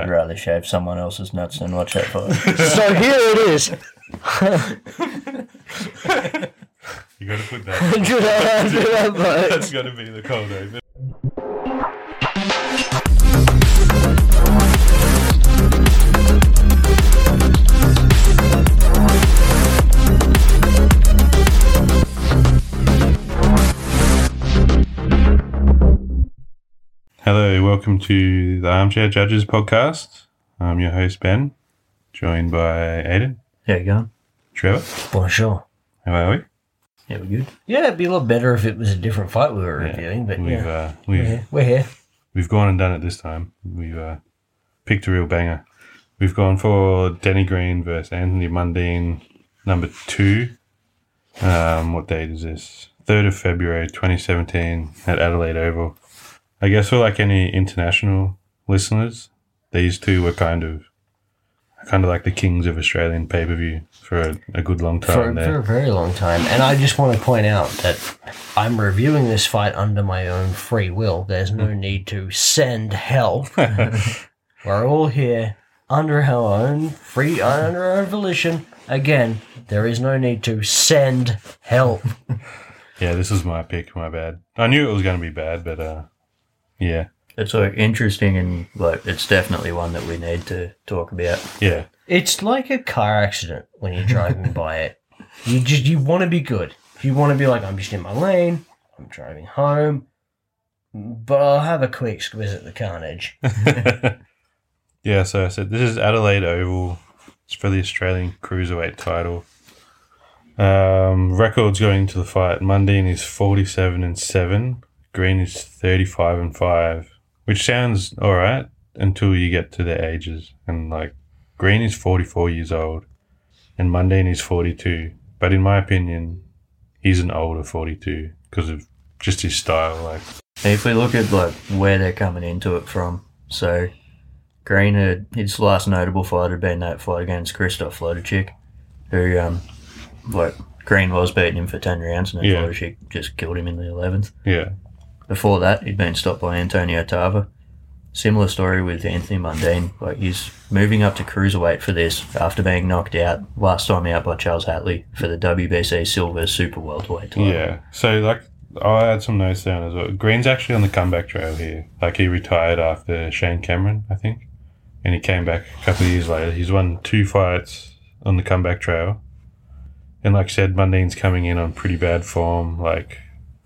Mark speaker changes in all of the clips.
Speaker 1: I'd rather shave someone else's nuts than watch that fight.
Speaker 2: so here it is.
Speaker 3: You gotta put that.
Speaker 2: Do that, do that, but-
Speaker 3: That's gotta be the eh? cold open. Hello, welcome to the Armchair Judges podcast. I'm your host Ben, joined by Aiden,
Speaker 1: There you go.
Speaker 3: Trevor.
Speaker 1: Bonjour.
Speaker 3: How are we?
Speaker 1: Yeah, we're good. Yeah, it'd be a lot better if it was a different fight we were reviewing, but
Speaker 3: We've
Speaker 1: yeah.
Speaker 3: uh, we've
Speaker 1: yeah, we're here.
Speaker 3: We've gone and done it this time. We've uh, picked a real banger. We've gone for Danny Green versus Anthony Mundine, number two. Um, what date is this? 3rd of February 2017 at Adelaide Oval. I guess for like any international listeners, these two were kind of kind of like the kings of Australian pay per view for a, a good long
Speaker 1: For,
Speaker 3: time
Speaker 1: for a
Speaker 3: there.
Speaker 1: very long time. And I just want to point out that I'm reviewing this fight under my own free will. There's no need to send help. We're all here under our own free, under our own volition. Again, there is no need to send help.
Speaker 3: Yeah, this is my pick. My bad. I knew it was going to be bad, but uh, yeah,
Speaker 4: It's like interesting and like it's definitely one that we need to talk about.
Speaker 3: yeah.
Speaker 1: It's like a car accident when you're driving by it. You just you want to be good. You want to be like I'm just in my lane. I'm driving home, but I'll have a quick squiz at the carnage.
Speaker 3: Yeah, so I said this is Adelaide Oval. It's for the Australian Cruiserweight title. Um, records going into the fight. Mundine is forty-seven and seven. Green is thirty-five and five, which sounds all right until you get to their ages. And like, Green is forty-four years old, and Mundine is forty-two. But in my opinion, he's an older forty-two because of just his style. Like,
Speaker 4: If we look at like where they're coming into it from, so Green had his last notable fight had been that fight against Christoph Lodichik, who um like Green was beating him for ten rounds and then
Speaker 3: Yeah.
Speaker 4: Lodichik just killed him in the eleventh.
Speaker 3: yeah,
Speaker 4: Before that he'd been stopped by Antonio Tava. Similar story with Anthony Mundine. Like he's moving up to cruiserweight for this after being knocked out last time out by Charles Hatley for the WBC Silver Super Welterweight title.
Speaker 3: Yeah. So like I had some notes down as well. Green's actually on the comeback trail here. Like he retired after Shane Cameron, I think. And he came back a couple of years later. He's won two fights on the comeback trail. And like I said, Mundine's coming in on pretty bad form, like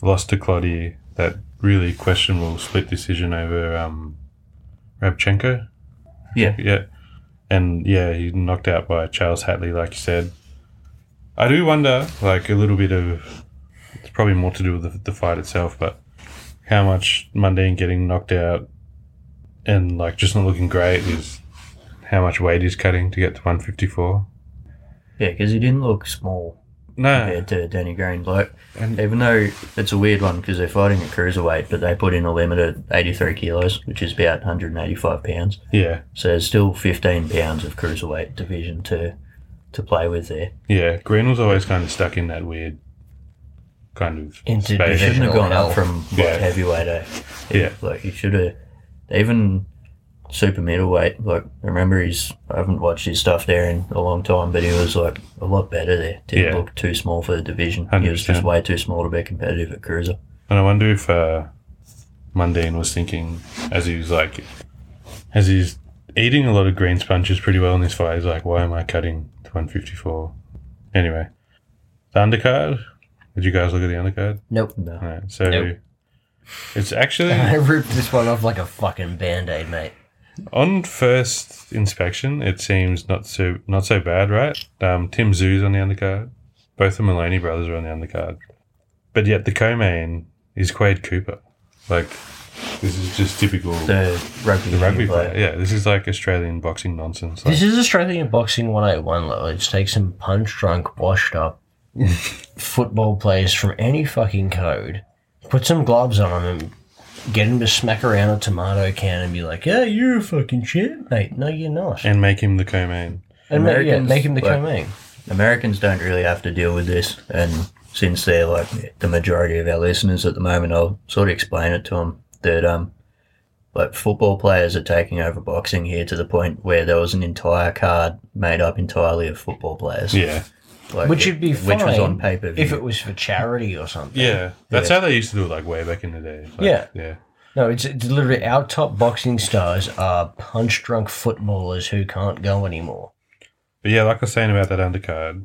Speaker 3: lost to Claudia, that really questionable split decision over um Rabchenko.
Speaker 4: Yeah.
Speaker 3: Yeah. And yeah, he knocked out by Charles Hatley, like you said. I do wonder, like a little bit of, it's probably more to do with the, the fight itself, but how much Mundine getting knocked out and like just not looking great is how much weight he's cutting to get to 154.
Speaker 4: Yeah, because he didn't look small
Speaker 3: No,
Speaker 4: compared to Danny Green. Like,
Speaker 3: And-
Speaker 4: even though it's a weird one because they're fighting at cruiserweight, but they put in a limit at 83 kilos, which is about 185 pounds.
Speaker 3: yeah,
Speaker 4: So there's still 15 pounds of cruiserweight division to to play with there.
Speaker 3: yeah. Green was always kind of stuck in that weird kind of
Speaker 1: Interdivisional.
Speaker 3: space.
Speaker 4: Shouldn't have gone
Speaker 1: hell.
Speaker 4: up from like,
Speaker 3: Yeah.
Speaker 4: heavyweight. Eh?
Speaker 3: Yeah.
Speaker 4: Like, he should have, even super middleweight, like, I remember he's, I haven't watched his stuff there in a long time, but he was like a lot better there. Didn't
Speaker 3: Yeah.
Speaker 4: look too small for the division. He was
Speaker 3: 100%.
Speaker 4: just way too small to be competitive at cruiser.
Speaker 3: And I wonder if uh, Mundine was thinking as he was like, as he's eating a lot of green sponges pretty well in this fight, he's like, why am I cutting to 154? Anyway, the undercard. Did you guys look at the undercard?
Speaker 1: Nope.
Speaker 4: No.
Speaker 3: All right, so
Speaker 1: Nope.
Speaker 3: it's actually
Speaker 1: I ripped this one off like a fucking band aid, mate.
Speaker 3: on first inspection, it seems not so not so bad, right? Um, Tim Zoo's on the undercard. Both the Maloney brothers are on the undercard, but yet the co-main is Quade Cooper. Like this is just typical.
Speaker 4: the rugby,
Speaker 3: The rugby
Speaker 4: union
Speaker 3: player. Yeah, this is like Australian boxing nonsense. Like,
Speaker 1: This is Australian Boxing 101 level. It's take some punch drunk, washed up football players from any fucking code, put some gloves on them, and get them to smack around a tomato can and be like, yeah, you're a fucking champ, mate. No, you're not. And,
Speaker 3: and make him the co-main.
Speaker 1: ma- yeah,
Speaker 4: Americans-
Speaker 1: make him the
Speaker 4: well-
Speaker 1: co-main.
Speaker 4: Americans don't really have to deal with this, and since they're like the majority of our listeners at the moment, I'll sort of explain it to them that um, Like football players are taking over boxing here to the point where there was an entire card made up entirely of football players.
Speaker 3: Yeah.
Speaker 4: Like
Speaker 1: Which
Speaker 4: it-
Speaker 1: would be fine
Speaker 4: which was on paper
Speaker 1: if it was for charity or something.
Speaker 3: Yeah. That's how they used to do it like way back in the day. Like,
Speaker 1: Yeah.
Speaker 3: Yeah.
Speaker 1: No, it's, it's literally our top boxing stars are punch drunk footballers who can't go anymore.
Speaker 3: But yeah, like I was saying about that undercard.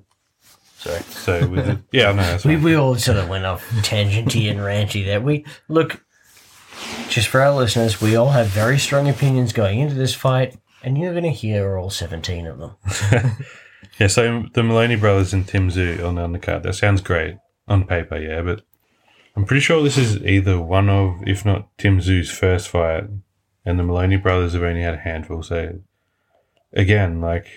Speaker 4: Sorry.
Speaker 3: So with it, yeah, I know. That's
Speaker 1: We,
Speaker 3: fine.
Speaker 1: we all sort of went off tangenty and ranty there. We look just for our listeners, we all have very strong opinions going into this fight, and you're going to hear all 17 of them.
Speaker 3: Yeah, so the Maloney brothers and Tim Zoo on the undercard. That sounds great on paper, yeah, but I'm pretty sure this is either one of, if not Tim Zoo's first fight, and the Maloney brothers have only had a handful. So, again, like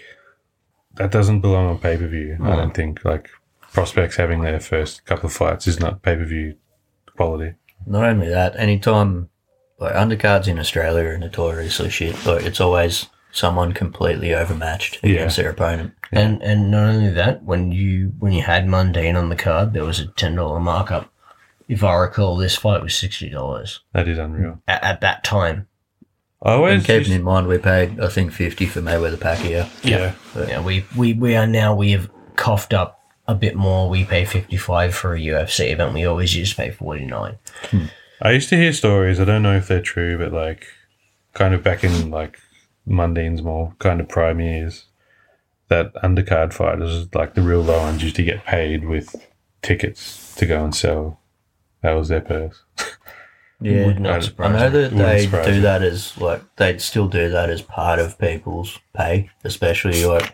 Speaker 3: that doesn't belong on pay per view. I
Speaker 4: Mm.
Speaker 3: don't think like prospects having their first couple of fights is not pay per view quality.
Speaker 4: Not only that, anytime like undercards in Australia are notoriously shit. Like it's always someone completely overmatched
Speaker 3: Yeah.
Speaker 4: against their opponent.
Speaker 1: And and not only that, when you when you had Mundane on the card, there was a ten dollar markup. If I recall, this fight was sixty dollars
Speaker 3: That is unreal.
Speaker 1: at, at that time.
Speaker 3: I
Speaker 4: And
Speaker 3: always
Speaker 4: keeping
Speaker 3: used-
Speaker 4: in mind, we paid I think fifty for Mayweather Pacquiao.
Speaker 3: yeah.
Speaker 1: Yeah, we, we we are now we have coughed up a bit more. We pay fifty five for a UFC event. We always used to pay forty nine.
Speaker 3: I used to hear stories. I don't know if they're true, but like, kind of back in like Mundane's more kind of prime years, that undercard fighters like the real low ones used to get paid with tickets to go and sell. That was their purse.
Speaker 4: Yeah,
Speaker 1: Would not
Speaker 3: Right.
Speaker 4: I
Speaker 1: surprise
Speaker 4: know
Speaker 1: me.
Speaker 4: that
Speaker 3: Wouldn't
Speaker 4: they
Speaker 3: surprise
Speaker 4: do
Speaker 3: me.
Speaker 4: that as like they'd still do that as part of people's pay, especially like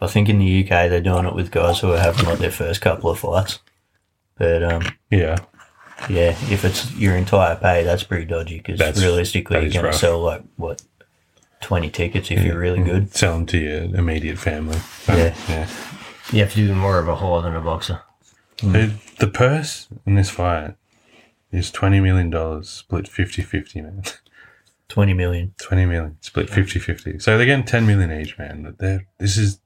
Speaker 4: I think in the UK they're doing it with guys who are having like their first couple of fights. But um,
Speaker 3: Yeah,
Speaker 4: yeah, if it's your entire pay, that's pretty dodgy because
Speaker 3: That's-
Speaker 4: realistically
Speaker 3: that
Speaker 4: you're
Speaker 3: is
Speaker 4: going
Speaker 3: rough. Mm-hmm.
Speaker 4: to sell like what twenty tickets if you're really good.
Speaker 3: sell them to your immediate family.
Speaker 4: Yeah.
Speaker 3: yeah.
Speaker 1: You have to be more of a whore than a boxer.
Speaker 4: Mm.
Speaker 3: The, the purse in this fight is twenty million dollars, split 50-50, man.
Speaker 4: Twenty million.
Speaker 3: Twenty million, split 50-50. So they're getting ten million each, man. They're, this is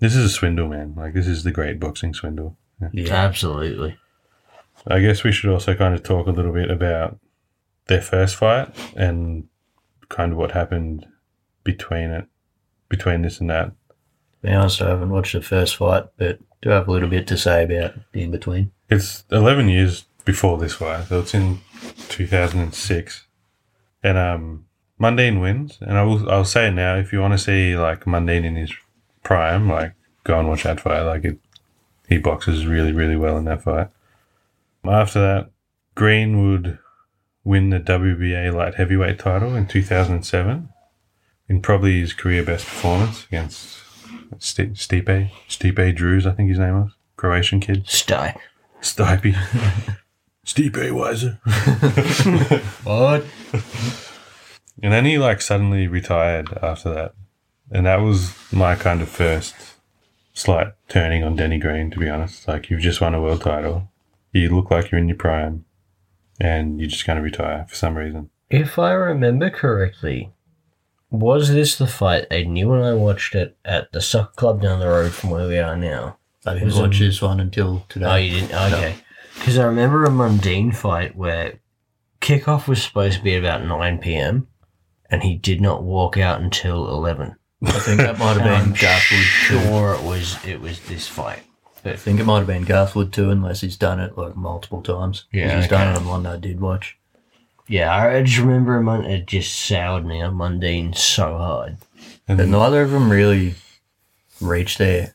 Speaker 3: this is a swindle, man. Like this is the great boxing swindle.
Speaker 4: Yeah,
Speaker 1: Absolutely.
Speaker 3: I guess we should also kind of talk a little bit about their first fight and kind of what happened between it, between this and that.
Speaker 4: to be honest, I haven't watched the first fight, but do have a little bit to say about the in between.
Speaker 3: It's 11 years before this fight, so it's in 2006. And um, Mundane wins. And I will, I'll say it now if you want to see like Mundane in his prime, like go and watch that fight. Like it, he boxes really, really well in that fight. After that, Green would win the WBA light heavyweight title in 2007 in probably his career best performance against Sti- Stipe, Stipe Drews, I think his name was, Croatian kid.
Speaker 1: Stay.
Speaker 3: Stipe. Stipe Weiser.
Speaker 1: What?
Speaker 3: And then he like suddenly retired after that. And that was my kind of first slight turning on Denny Green, to be honest. Like you've just won a world title. You look like you're in your prime and you're just gonna retire for some reason.
Speaker 1: If I remember correctly, was this the fight Aiden, you and I watched it at the soccer club down the road from where we are now?
Speaker 4: I didn't watch this one until today.
Speaker 1: Oh, you didn't? Okay. Because I remember a mundane fight where kickoff was supposed to be at about 9 p.m. and he did not walk out until 11.
Speaker 4: I think that might have
Speaker 1: And I'm
Speaker 4: been Garfield. too.
Speaker 1: Um, sure it was, it was this fight.
Speaker 4: I think it might have been Garfield too, unless he's done it like multiple times.
Speaker 1: Yeah,
Speaker 4: he's done
Speaker 1: okay.
Speaker 4: it on one that I did watch.
Speaker 1: Yeah, I I just remember Mun- it just soured me on Mundane so hard.
Speaker 3: And
Speaker 4: But neither of them really reached their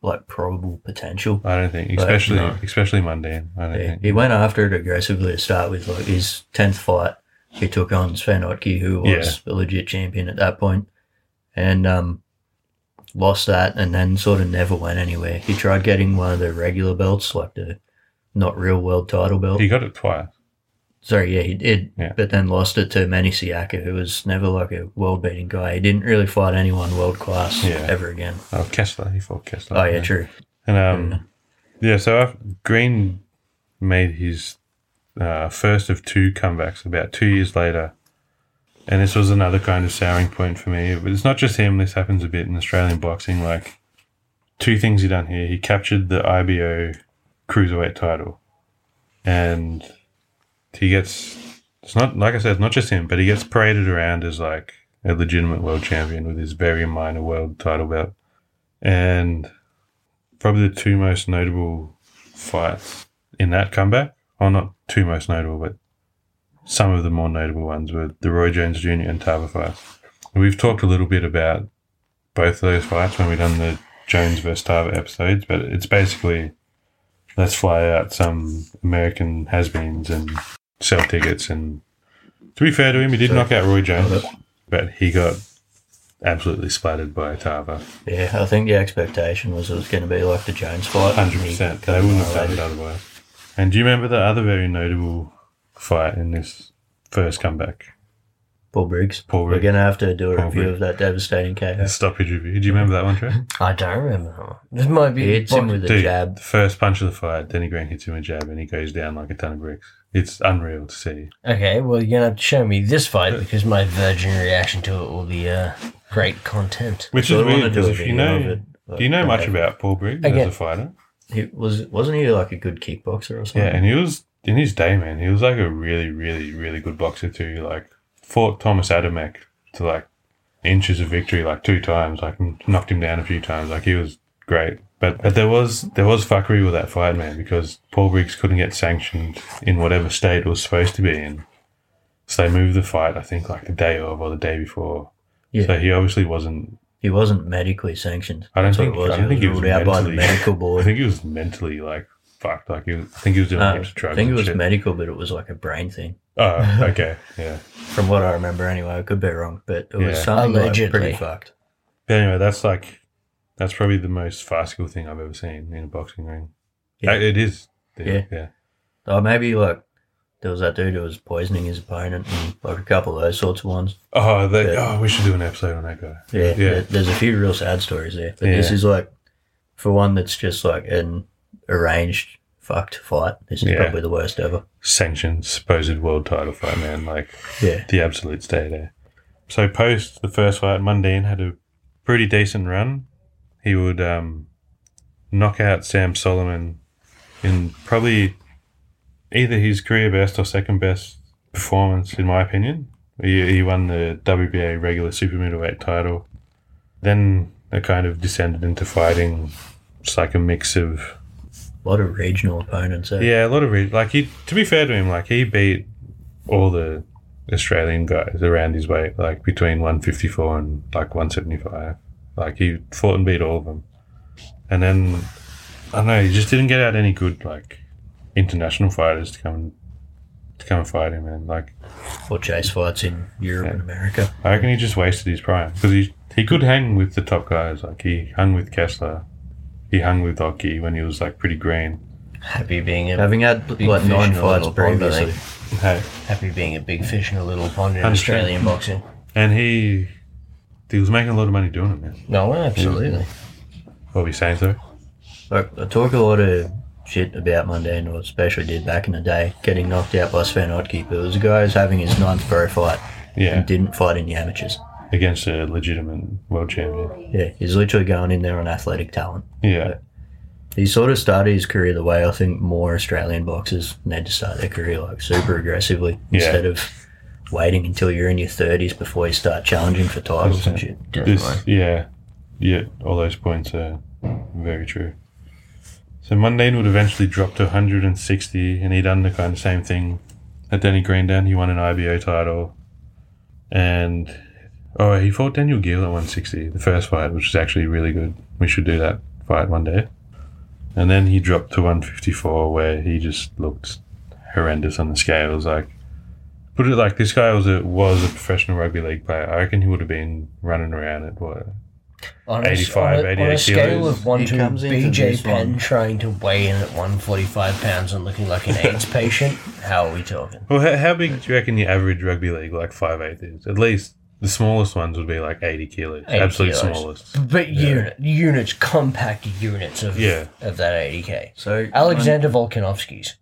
Speaker 4: like probable potential.
Speaker 3: I don't think especially
Speaker 4: no.
Speaker 3: especially mundane. I don't
Speaker 4: He,
Speaker 3: think.
Speaker 4: he went after it aggressively to start with. Like his tenth fight, he took on Sven Otke, who was a legit champion at that point, and um, lost that, and then sort of never went anywhere. He tried getting one of the regular belts, like the not real world title belt.
Speaker 3: He got it twice.
Speaker 4: Sorry, yeah, he did,
Speaker 3: Yeah.
Speaker 4: but then lost it to Manny Siaka, who was never like a world beating guy. He didn't really fight anyone world class
Speaker 3: Yeah.
Speaker 4: ever again.
Speaker 3: Oh Kessler, he fought Kessler.
Speaker 4: Oh, yeah, true.
Speaker 3: And um, yeah, so after Green made his uh, first of two comebacks about two years later, and this was another kind of souring point for me. But it's not just him. This happens a bit in Australian boxing. Like two things he done here: he captured the IBO cruiserweight title, and he gets It's not like I said, it's not just him, but he gets paraded around as like a legitimate world champion with his very minor world title belt. And probably the two most notable fights in that comeback, or not two most notable, but some of the more notable ones were the Roy Jones Jr. and Tava fights. And we've talked a little bit about both of those fights when we've done the Jones versus Tava episodes, but it's basically let's fly out some American has-beens and sell tickets. And to be fair to him, he did knock out Roy Jones, but he got absolutely splattered by Tava.
Speaker 4: Yeah, I think the expectation was it was going to be like the Jones fight. and
Speaker 3: Hundred
Speaker 4: he
Speaker 3: percent.
Speaker 4: got
Speaker 3: They wouldn't have done
Speaker 4: annihilated.
Speaker 3: it otherwise. And do you remember the other very notable fight in this first comeback?
Speaker 4: Paul Briggs.
Speaker 3: Paul
Speaker 4: We're
Speaker 3: Briggs.
Speaker 4: going to have to do a
Speaker 3: Paul
Speaker 4: review
Speaker 3: Briggs.
Speaker 4: of that devastating KO.
Speaker 3: The stoppage review. Do you remember that one, Trey?
Speaker 1: I don't remember. that one. This might be
Speaker 4: He hits him with a
Speaker 3: Dude,
Speaker 4: jab.
Speaker 3: the first punch of the fight, Denny Grant hits him a jab, and he goes down like a ton of bricks. It's unreal to see.
Speaker 1: Okay, well, you're going to have to show me this fight because my virgin reaction to it will be uh, great content.
Speaker 3: Which
Speaker 4: So I
Speaker 3: is
Speaker 4: wanna
Speaker 3: weird
Speaker 4: do a
Speaker 3: because if you
Speaker 4: video of
Speaker 3: know,
Speaker 4: it, but-
Speaker 3: do you know much
Speaker 4: okay.
Speaker 3: about Paul Briggs as
Speaker 1: Again.
Speaker 3: a fighter?
Speaker 4: He was wasn't he like a good kickboxer or something?
Speaker 3: Yeah, and he was in his day, man. He was like a really, really, really good boxer too. Like fought Thomas Adamek to like inches of victory, like two times. Like knocked him down a few times. Like he was great. But but there was there was fuckery with that fight, man, because Paul Briggs couldn't get sanctioned in whatever state it was supposed to be in. So they moved the fight, I think, like the day of or the day before.
Speaker 4: Yeah.
Speaker 3: So he obviously wasn't.
Speaker 4: He wasn't medically sanctioned.
Speaker 3: I don't
Speaker 4: That's what
Speaker 3: think-
Speaker 4: it was.
Speaker 3: I don't
Speaker 4: he
Speaker 3: think he
Speaker 4: was
Speaker 3: was
Speaker 4: ruled out by the
Speaker 3: mentally-
Speaker 4: medical
Speaker 3: I
Speaker 4: board.
Speaker 3: think he was mentally like fucked. Like he was, I think he was doing
Speaker 4: No,
Speaker 3: heaps of drugs.
Speaker 4: I think it
Speaker 3: and
Speaker 4: was
Speaker 3: shit.
Speaker 4: medical, but it was like a brain thing,
Speaker 3: Oh, okay, yeah.
Speaker 4: from what I remember. Anyway, I could be wrong, but it was
Speaker 3: Yeah.
Speaker 4: something like
Speaker 1: Allegedly.
Speaker 4: pretty fucked.
Speaker 3: But anyway, that's like that's probably the most farcical thing I've ever seen in a boxing ring.
Speaker 4: Yeah.
Speaker 3: Uh, It is.
Speaker 4: Yeah.
Speaker 3: yeah.
Speaker 4: Or Oh, maybe like there was that dude who was poisoning his opponent, and like a couple of those sorts of ones.
Speaker 3: Oh, they,
Speaker 4: Yeah.
Speaker 3: oh, we should do an episode on that guy.
Speaker 4: Yeah,
Speaker 3: Yeah.
Speaker 4: there- there's a few real sad stories there, but this
Speaker 3: Yeah.
Speaker 4: is like for one that's just like an arranged fucked fight. This is
Speaker 3: Yeah.
Speaker 4: probably the worst ever.
Speaker 3: Sanctioned supposed world title fight, man. Like
Speaker 4: Yeah,
Speaker 3: the absolute stay there. So post the first fight, Mundine had a pretty decent run. He would um, knock out Sam Solomon in probably either his career best or second best performance, in my opinion. He, he won the WBA regular super middleweight title. Then it kind of descended into fighting. It's like a mix of
Speaker 4: a lot of regional opponents. eh?
Speaker 3: yeah, a lot of re- like he. To be fair to him, like he beat all the Australian guys around his weight, like between one fifty four and like one seventy five. Like he fought and beat all of them, and then I don't know. He just didn't get out any good like international fighters to come and to come and fight him, and like
Speaker 4: or chase fights in Europe
Speaker 3: Yeah.
Speaker 4: and America.
Speaker 3: I reckon he just wasted his prime because he he could hang with the top guys. Like he hung with Kessler, he hung with Oki when he was like pretty green.
Speaker 1: Happy being a
Speaker 4: Having had
Speaker 1: Big
Speaker 4: like
Speaker 1: fish
Speaker 4: nine
Speaker 1: in a
Speaker 4: fights
Speaker 1: little pond, I
Speaker 4: previously,
Speaker 3: Hey,
Speaker 1: happy being a big fish in a little pond in
Speaker 3: Understand.
Speaker 1: Australian boxing.
Speaker 3: and he he was making a lot of money doing it, man.
Speaker 1: No, absolutely.
Speaker 3: What were you saying, sir?
Speaker 4: like I talk a lot of shit about Mundane, or especially did back in the day, getting knocked out by Sven Otke. But it was a guy who's having his ninth pro fight
Speaker 3: Yeah,
Speaker 4: and didn't fight in the amateurs.
Speaker 3: against a legitimate world champion.
Speaker 4: Yeah, he's literally going in there on athletic talent.
Speaker 3: Yeah,
Speaker 4: He sort of started his career the way I think more Australian boxers need to start their career, like super aggressively,
Speaker 3: Yeah.
Speaker 4: instead of waiting until you're in your 30s before you start challenging for titles and shit.
Speaker 3: this yeah, yeah. All those points are very true. So Mundine would eventually drop to 160, and he done the kind of same thing at Danny Greendown. He won an IBO title, and oh, he fought Daniel Gill at 160, the first fight, which is actually really good. We should do that fight one day. And then he dropped to 154, where he just looked horrendous on the scales. Like put it like this guy was a was a professional rugby league player. I reckon he would have been running around at what
Speaker 1: On a-
Speaker 3: 85,
Speaker 1: on a, on
Speaker 3: 88
Speaker 1: a scale
Speaker 3: kilos.
Speaker 1: of 1
Speaker 4: He
Speaker 1: to
Speaker 4: comes into
Speaker 1: BJ
Speaker 4: this
Speaker 1: Penn
Speaker 4: one.
Speaker 1: trying to weigh in at 145 pounds and looking like an AIDS patient, how are we talking?
Speaker 3: Well, how, how big do you reckon your average rugby league like five eight is? At least the smallest ones would be like eighty kilos,
Speaker 1: 80
Speaker 3: absolute
Speaker 1: kilos.
Speaker 3: smallest.
Speaker 1: But unit, units, compact units of,
Speaker 3: Yeah.
Speaker 1: of that 80k.
Speaker 4: So
Speaker 1: Alexander Volkanovski's.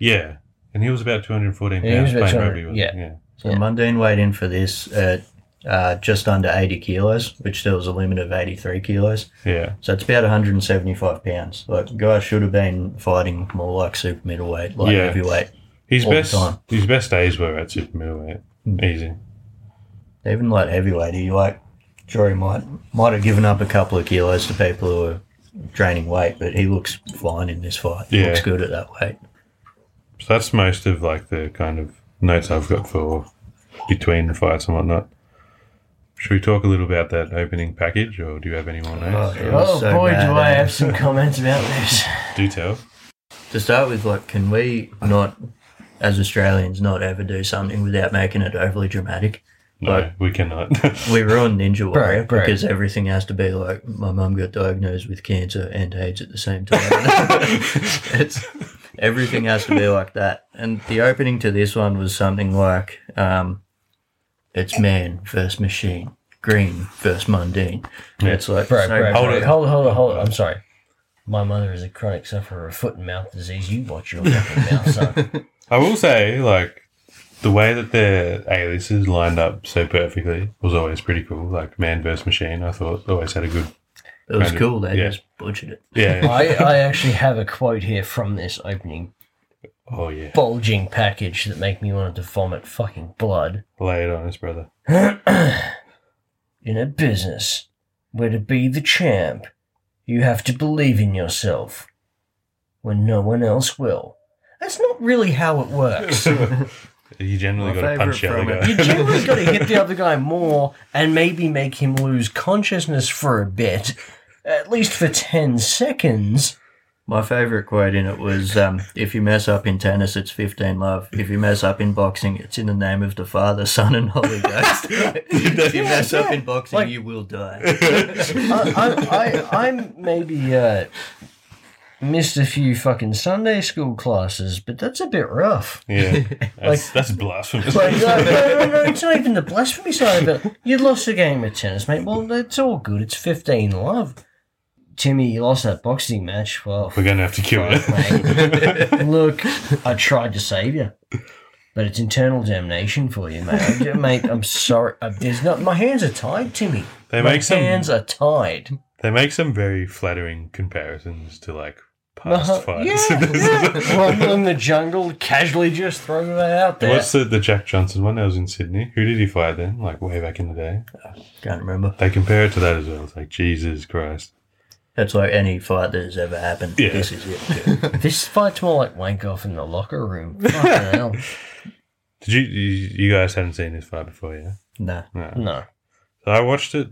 Speaker 3: Yeah, and he was about two hundred fourteen
Speaker 1: Yeah, he was
Speaker 3: pounds
Speaker 1: about
Speaker 3: playing
Speaker 1: 200,
Speaker 3: rugby. With,
Speaker 1: yeah.
Speaker 3: yeah,
Speaker 4: So Mundine weighed in for this at uh, just under 80 kilos, which there was a limit of 83 kilos.
Speaker 3: yeah,
Speaker 4: So it's about 175 pounds. Like, guy should have been fighting more like super middleweight, like
Speaker 3: Yeah.
Speaker 4: heavyweight.
Speaker 3: His
Speaker 4: all the
Speaker 3: best
Speaker 4: time.
Speaker 3: his best days were at super middleweight.
Speaker 1: Hmm.
Speaker 3: Easy.
Speaker 4: Even light heavyweight, he like Jory might might have given up a couple of kilos to people who are draining weight, but he looks fine in this fight. He
Speaker 3: Yeah.
Speaker 4: looks good at that weight.
Speaker 3: So that's most of like the kind of notes I've got for between the fights and whatnot. Should we talk a little about that opening package, or do you have any more notes?
Speaker 4: it was
Speaker 1: Oh
Speaker 4: so
Speaker 1: boy,
Speaker 4: bad,
Speaker 1: do I
Speaker 4: eh?
Speaker 1: have some comments about this.
Speaker 3: Do tell.
Speaker 4: To start with, like, can we not, as Australians, not ever do something without making it overly dramatic?
Speaker 3: No,
Speaker 4: Like-
Speaker 3: we cannot.
Speaker 4: We ruined Ninja Warrior
Speaker 1: Right, right.
Speaker 4: because everything has to be like, my mum got diagnosed with cancer and AIDS at the same time. it's everything has to be like that. And the opening to this one was something like, um, it's man versus machine, green versus mundane. And It's like,
Speaker 1: Bro,
Speaker 4: no-
Speaker 1: bro,
Speaker 3: Hold
Speaker 1: hold
Speaker 3: it.
Speaker 1: it, hold it, hold it, hold it. I'm sorry. My mother is a chronic sufferer of foot and mouth disease. You watch your fucking mouth, son.
Speaker 3: I will say, like, the way that their aliases lined up so perfectly was always pretty cool. Like, Man vs. Machine, I thought always had a good.
Speaker 4: it was
Speaker 3: Right.
Speaker 4: cool. They
Speaker 3: Yeah.
Speaker 4: just butchered it.
Speaker 3: Yeah.
Speaker 1: I, I actually have a quote here from this opening
Speaker 3: oh, yeah.
Speaker 1: bulging package that make me want to vomit fucking blood.
Speaker 3: Lay it on us, brother.
Speaker 1: In a business where to be the champ, you have to believe in yourself when no one else will. That's not really how it works.
Speaker 3: You generally
Speaker 4: My
Speaker 3: got to punch the other
Speaker 4: favourite
Speaker 3: guy.
Speaker 1: You generally got to hit the other guy more and maybe make him lose consciousness for a bit, at least for 10 seconds.
Speaker 4: My favourite quote in it was um, If you mess up in tennis, it's 15 love. If you mess up in boxing, it's in the name of the Father, Son, and Holy Ghost. if you mess up in boxing,
Speaker 1: Like-
Speaker 4: you will die.
Speaker 1: I, I, I, I'm maybe uh, missed a few fucking Sunday school classes, but that's a bit rough.
Speaker 3: Yeah. That's, that's blasphemous.
Speaker 1: Like, no, no, no, no, it's not even the blasphemy side of it. You lost a game of tennis, mate. Well, that's all good. It's 15 love. Timmy, you lost that boxing match. Well,
Speaker 3: We're going to have to kill it.
Speaker 1: Mate, Look, I tried to save you, but it's internal damnation for you, mate. I- mate, I'm sorry. Uh, There's not. My hands are tied, Timmy.
Speaker 3: They
Speaker 1: my
Speaker 3: make some-
Speaker 1: hands are tied.
Speaker 3: They make some very flattering comparisons to, like, past
Speaker 1: Uh-huh. yeah,
Speaker 3: fights.
Speaker 1: yeah. Rumble in the jungle, casually just throwing that out there.
Speaker 3: What's the, the Jack Johnson one that was in Sydney? Who did he fight then? Like, way back in the day?
Speaker 4: Can't remember.
Speaker 3: They compare it to that as well. It's like, Jesus Christ.
Speaker 4: That's like any fight that has ever happened.
Speaker 3: Yeah.
Speaker 4: This is it.
Speaker 1: this fight's more like wank off in the locker room. Fucking hell.
Speaker 3: Did you, you, you guys haven't seen this fight before, yeah?
Speaker 4: no.
Speaker 3: No.
Speaker 1: No.
Speaker 3: So I watched it.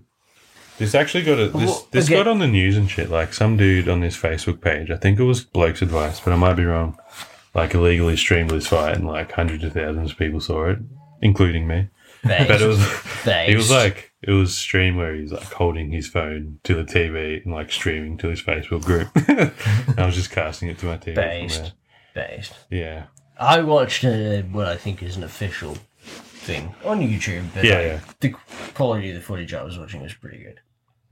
Speaker 3: This actually got a, this.
Speaker 1: Well,
Speaker 3: This
Speaker 1: okay.
Speaker 3: got on the news and shit. Like some dude on this Facebook page. I think it was Bloke's Advice, but I might be wrong. Like illegally streamed this fight, and like hundreds of thousands of people saw it, including me. But it was.
Speaker 1: Thanks.
Speaker 3: It was like it was stream where he's like holding his phone to the TV and like streaming to his Facebook group. I was just casting it to my TV. from
Speaker 1: Based. Based.
Speaker 3: there. Yeah.
Speaker 1: I watched uh, what I think is an official thing on YouTube. But
Speaker 3: Yeah,
Speaker 1: like,
Speaker 3: yeah.
Speaker 1: The quality of the footage I was watching was pretty good.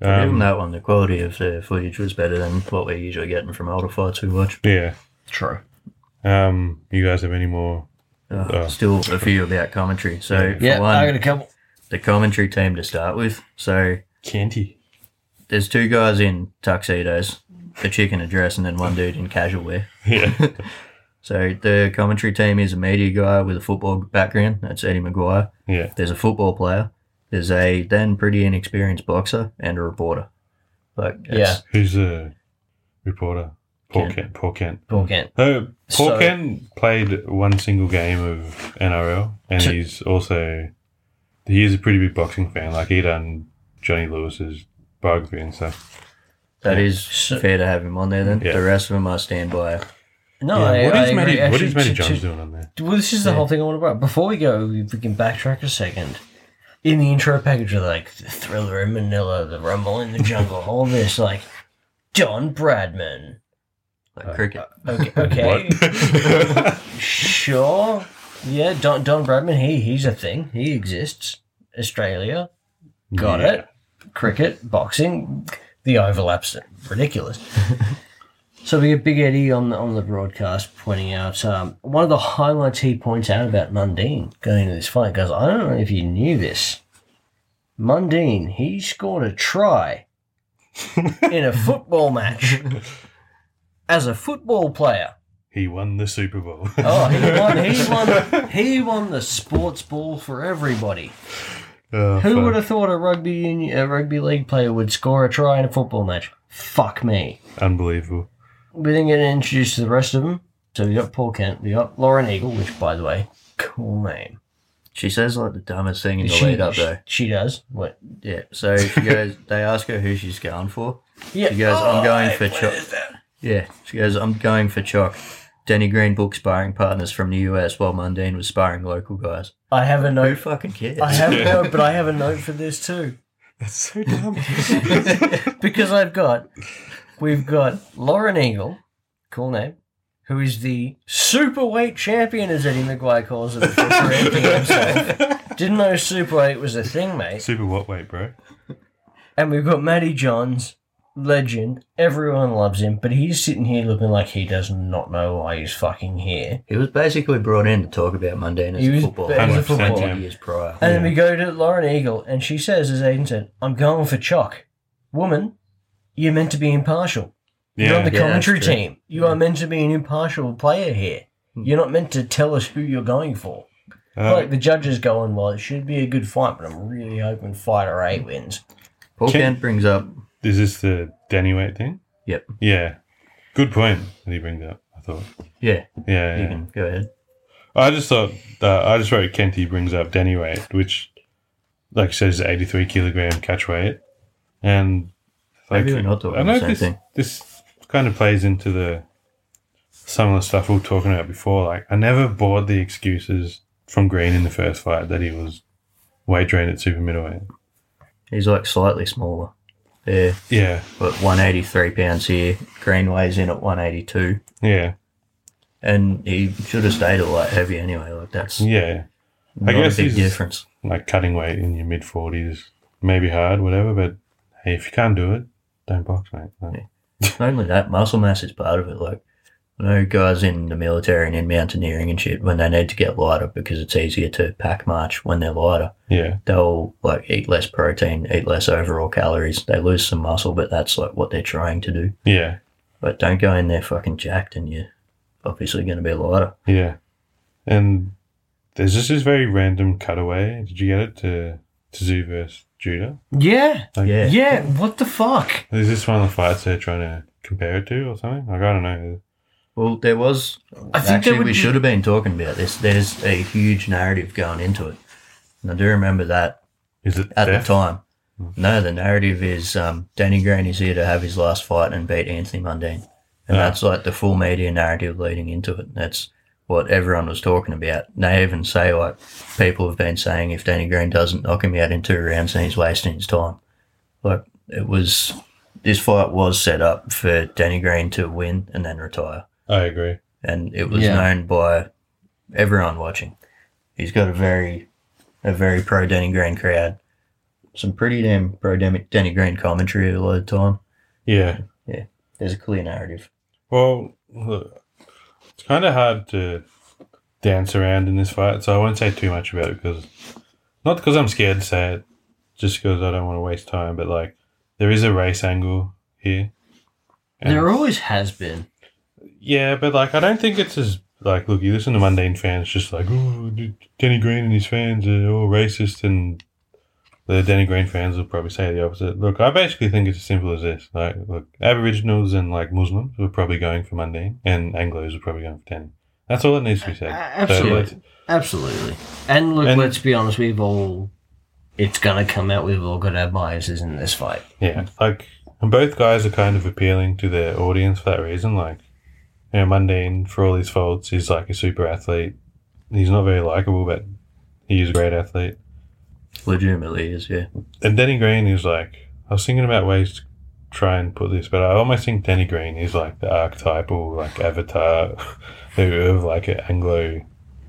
Speaker 4: Even
Speaker 3: Um,
Speaker 4: that one, the quality of the footage was better than what we're usually getting from older fights we watch.
Speaker 3: yeah.
Speaker 1: True.
Speaker 3: Um. You guys have any more?
Speaker 4: Uh,
Speaker 3: Uh.
Speaker 4: Still a few about commentary. So, for
Speaker 1: Yeah,
Speaker 4: one,
Speaker 1: I got a couple.
Speaker 4: the commentary team to start with. So,
Speaker 3: Candy.
Speaker 4: there's two guys in tuxedos, the chick in a dress, and then one dude in casual wear.
Speaker 3: Yeah.
Speaker 4: So the commentary team is a media guy with a football background. That's Eddie Maguire.
Speaker 3: yeah.
Speaker 4: There's a football player. There's a then pretty inexperienced boxer and a reporter. Like it's-
Speaker 3: Who's the reporter? Paul Kent.
Speaker 4: Kent.
Speaker 3: Paul Kent.
Speaker 1: Paul Kent.
Speaker 3: So Paul
Speaker 1: So-
Speaker 3: Kent played one single game of NRL, and
Speaker 1: So-
Speaker 3: he's also he is a pretty big boxing fan. Like he done Johnny Lewis's biography and stuff.
Speaker 4: that is
Speaker 1: So-
Speaker 4: fair to have him on there. Then
Speaker 3: Yeah.
Speaker 4: the rest of them I stand by.
Speaker 1: No,
Speaker 3: Yeah,
Speaker 1: I,
Speaker 3: what
Speaker 1: Oh, I
Speaker 3: is
Speaker 1: agree.
Speaker 3: Matty, what
Speaker 1: Actually,
Speaker 3: is Matty
Speaker 1: to-
Speaker 3: Johns
Speaker 1: to-
Speaker 3: doing on there?
Speaker 1: Well, this is the whole thing I want to bring up. Before we go, if we can backtrack a second. In the intro package, of like the Thriller in Manila, the Rumble in the Jungle, all this, like Don Bradman.
Speaker 4: Like cricket.
Speaker 1: Okay, okay,
Speaker 3: What?
Speaker 1: sure. Yeah, Don Don Bradman. He he's a thing. He exists. Australia. Got
Speaker 3: Yeah.
Speaker 1: it. Cricket, boxing, the overlaps are ridiculous. so we get Big Eddie on the on the broadcast pointing out um, one of the highlights he points out about Mundine going into this fight goes, I don't know if you knew this. Mundine, he scored a try in a football match as a football player.
Speaker 3: he won the Super Bowl.
Speaker 1: Oh, he won. He won. He won the sports ball for everybody.
Speaker 3: Oh,
Speaker 1: Who
Speaker 3: fuck.
Speaker 1: would have thought a rugby union, a rugby league player would score a try in a football match? Fuck me.
Speaker 3: Unbelievable.
Speaker 1: We then get introduced to the rest of them. So we got Paul Kent. We got Lauren Eagle, which, by the way, cool name.
Speaker 4: She says like the dumbest thing in the
Speaker 1: She-
Speaker 4: lead up though.
Speaker 1: She does. What?
Speaker 4: Yeah. So she goes. they ask her who she's going for.
Speaker 1: Yeah.
Speaker 4: She goes, "I'm going for
Speaker 1: what
Speaker 4: Chuck."
Speaker 1: is that?
Speaker 4: Yeah. She goes, I'm going for Chalk. Danny Green booked sparring partners from the US while Mundine was sparring local guys.
Speaker 1: I have a
Speaker 4: Who
Speaker 1: note.
Speaker 4: fucking cares?
Speaker 1: I have no, but I have a note for this too.
Speaker 3: That's so dumb.
Speaker 1: because I've got we've got Lauren Eagle, cool name, who is the superweight champion, as Eddie McGuire calls it, for correcting himself. Didn't know superweight was a thing, mate.
Speaker 3: Super what weight, bro?
Speaker 1: And we've got Matty Johns, legend. Everyone loves him, but he's sitting here looking like he does not know why he's fucking here.
Speaker 4: He was basically brought in to talk about Mundine as
Speaker 1: He
Speaker 4: a
Speaker 1: was
Speaker 4: footballer.
Speaker 1: ba-
Speaker 3: as a
Speaker 4: 20
Speaker 3: footballer.
Speaker 4: years prior.
Speaker 1: And then we go to Lauren Eagle, and she says, as Aiden said, "I'm going for Chalk, woman. You're meant to be impartial." You're on the
Speaker 3: Yeah.
Speaker 4: Yeah, that's
Speaker 1: commentary
Speaker 4: true.
Speaker 1: team. You are meant to be an impartial player here. You're not meant to tell us who you're going for.
Speaker 3: Uh,
Speaker 1: like the judges going, well, it should be a good fight, but I'm really hoping fighter eight wins.
Speaker 4: Paul
Speaker 3: Can-
Speaker 4: Kent brings up.
Speaker 3: is this the Danny weight thing?
Speaker 4: Yep.
Speaker 3: Yeah. Good point that he brings up, I thought.
Speaker 4: Yeah,
Speaker 3: Yeah.
Speaker 4: you
Speaker 3: yeah.
Speaker 4: can go ahead.
Speaker 3: I just thought, uh, I just wrote Kenty brings up Danny weight, which, like, says 83 kilogram catch weight. And, like,
Speaker 4: Maybe we're not talking
Speaker 3: I know
Speaker 4: the same
Speaker 3: this,
Speaker 4: thing.
Speaker 3: this kind of plays into the some of the stuff we were talking about before. Like, I never bought the excuses from Green in the first fight that he was weight drained at super middleweight.
Speaker 4: He's like slightly smaller. Yeah,
Speaker 3: Yeah,
Speaker 4: but 183 pounds here. Green weighs in at 182.
Speaker 3: yeah,
Speaker 4: And he should have stayed a light heavy anyway. Like, that's
Speaker 3: yeah.
Speaker 4: not
Speaker 3: guess
Speaker 4: a big
Speaker 3: he's-
Speaker 4: difference.
Speaker 3: Like cutting weight in your mid forties, maybe hard, whatever. But hey, if you can't do it, don't box, mate. Like,
Speaker 4: Not only that, muscle mass is part of it. Like, I know guys in the military and in mountaineering and shit, when they need to get lighter because it's easier to pack march when they're lighter,
Speaker 3: yeah,
Speaker 4: they'll like eat less protein, eat less overall calories. They lose some muscle, but that's like what they're trying to do.
Speaker 3: yeah,
Speaker 4: But don't go in there fucking jacked and you're obviously going to be lighter.
Speaker 3: yeah. And there's just this very random cutaway. Did you get it to to Zoo versus Judah?
Speaker 1: Yeah.
Speaker 3: Like,
Speaker 4: Yeah.
Speaker 1: Yeah. What the fuck?
Speaker 3: Is this one of the fights they're trying to compare it to or something? Like, I don't know.
Speaker 4: Well, there was.
Speaker 1: I think
Speaker 4: actually,
Speaker 1: they would
Speaker 4: we
Speaker 1: be-
Speaker 4: should have been talking about this. There's a huge narrative going into it. And I do remember that
Speaker 3: Is it
Speaker 4: at
Speaker 3: theft?
Speaker 4: the time. No, the narrative is um, Danny Green is here to have his last fight and beat Anthony Mundine. And
Speaker 3: Ah.
Speaker 4: that's like the full media narrative leading into it. That's what everyone was talking about. And they even say, like, people have been saying if Danny Green doesn't knock him out in two rounds, then he's wasting his time. Like, it was, this fight was set up for Danny Green to win and then retire
Speaker 3: I agree.
Speaker 4: and it was
Speaker 1: Yeah.
Speaker 4: known by everyone watching. He's got a very, a very pro Danny Green crowd. Some pretty damn pro Danny Danny Green commentary a lot of the time.
Speaker 3: Yeah.
Speaker 4: There's a clear narrative.
Speaker 3: Well, look, it's kind of hard to dance around in this fight, so I won't say too much about it because, not because I'm scared to say it, just because I don't want to waste time, but like, there is a race angle here. And-
Speaker 1: There always has been.
Speaker 3: Yeah, but like, I don't think it's as, like, look, you listen to mundane fans just like, oh, Danny Green and his fans are all racist, and the Danny Green fans will probably say the opposite. Look, I basically think it's as simple as this. Like, look, Aboriginals and like Muslims were probably going for mundane, and Anglos are probably going for Danny. That's all that needs to be said.
Speaker 1: A-
Speaker 3: So,
Speaker 1: absolutely.
Speaker 3: let's-
Speaker 1: Absolutely. And look,
Speaker 3: And-
Speaker 1: let's be honest, we've all. It's gonna come out. We've all got our biases in this fight.
Speaker 3: Yeah, like, and both guys are kind of appealing to their audience for that reason. Like, you know, Mundane, for all his faults, is like a super athlete. He's not very likable, but he is a great athlete.
Speaker 4: Legitimately is, yeah.
Speaker 3: And Danny Green is like, I was thinking about ways to try and put this, but I almost think Danny Green is like the archetypal, like, avatar of like an Anglo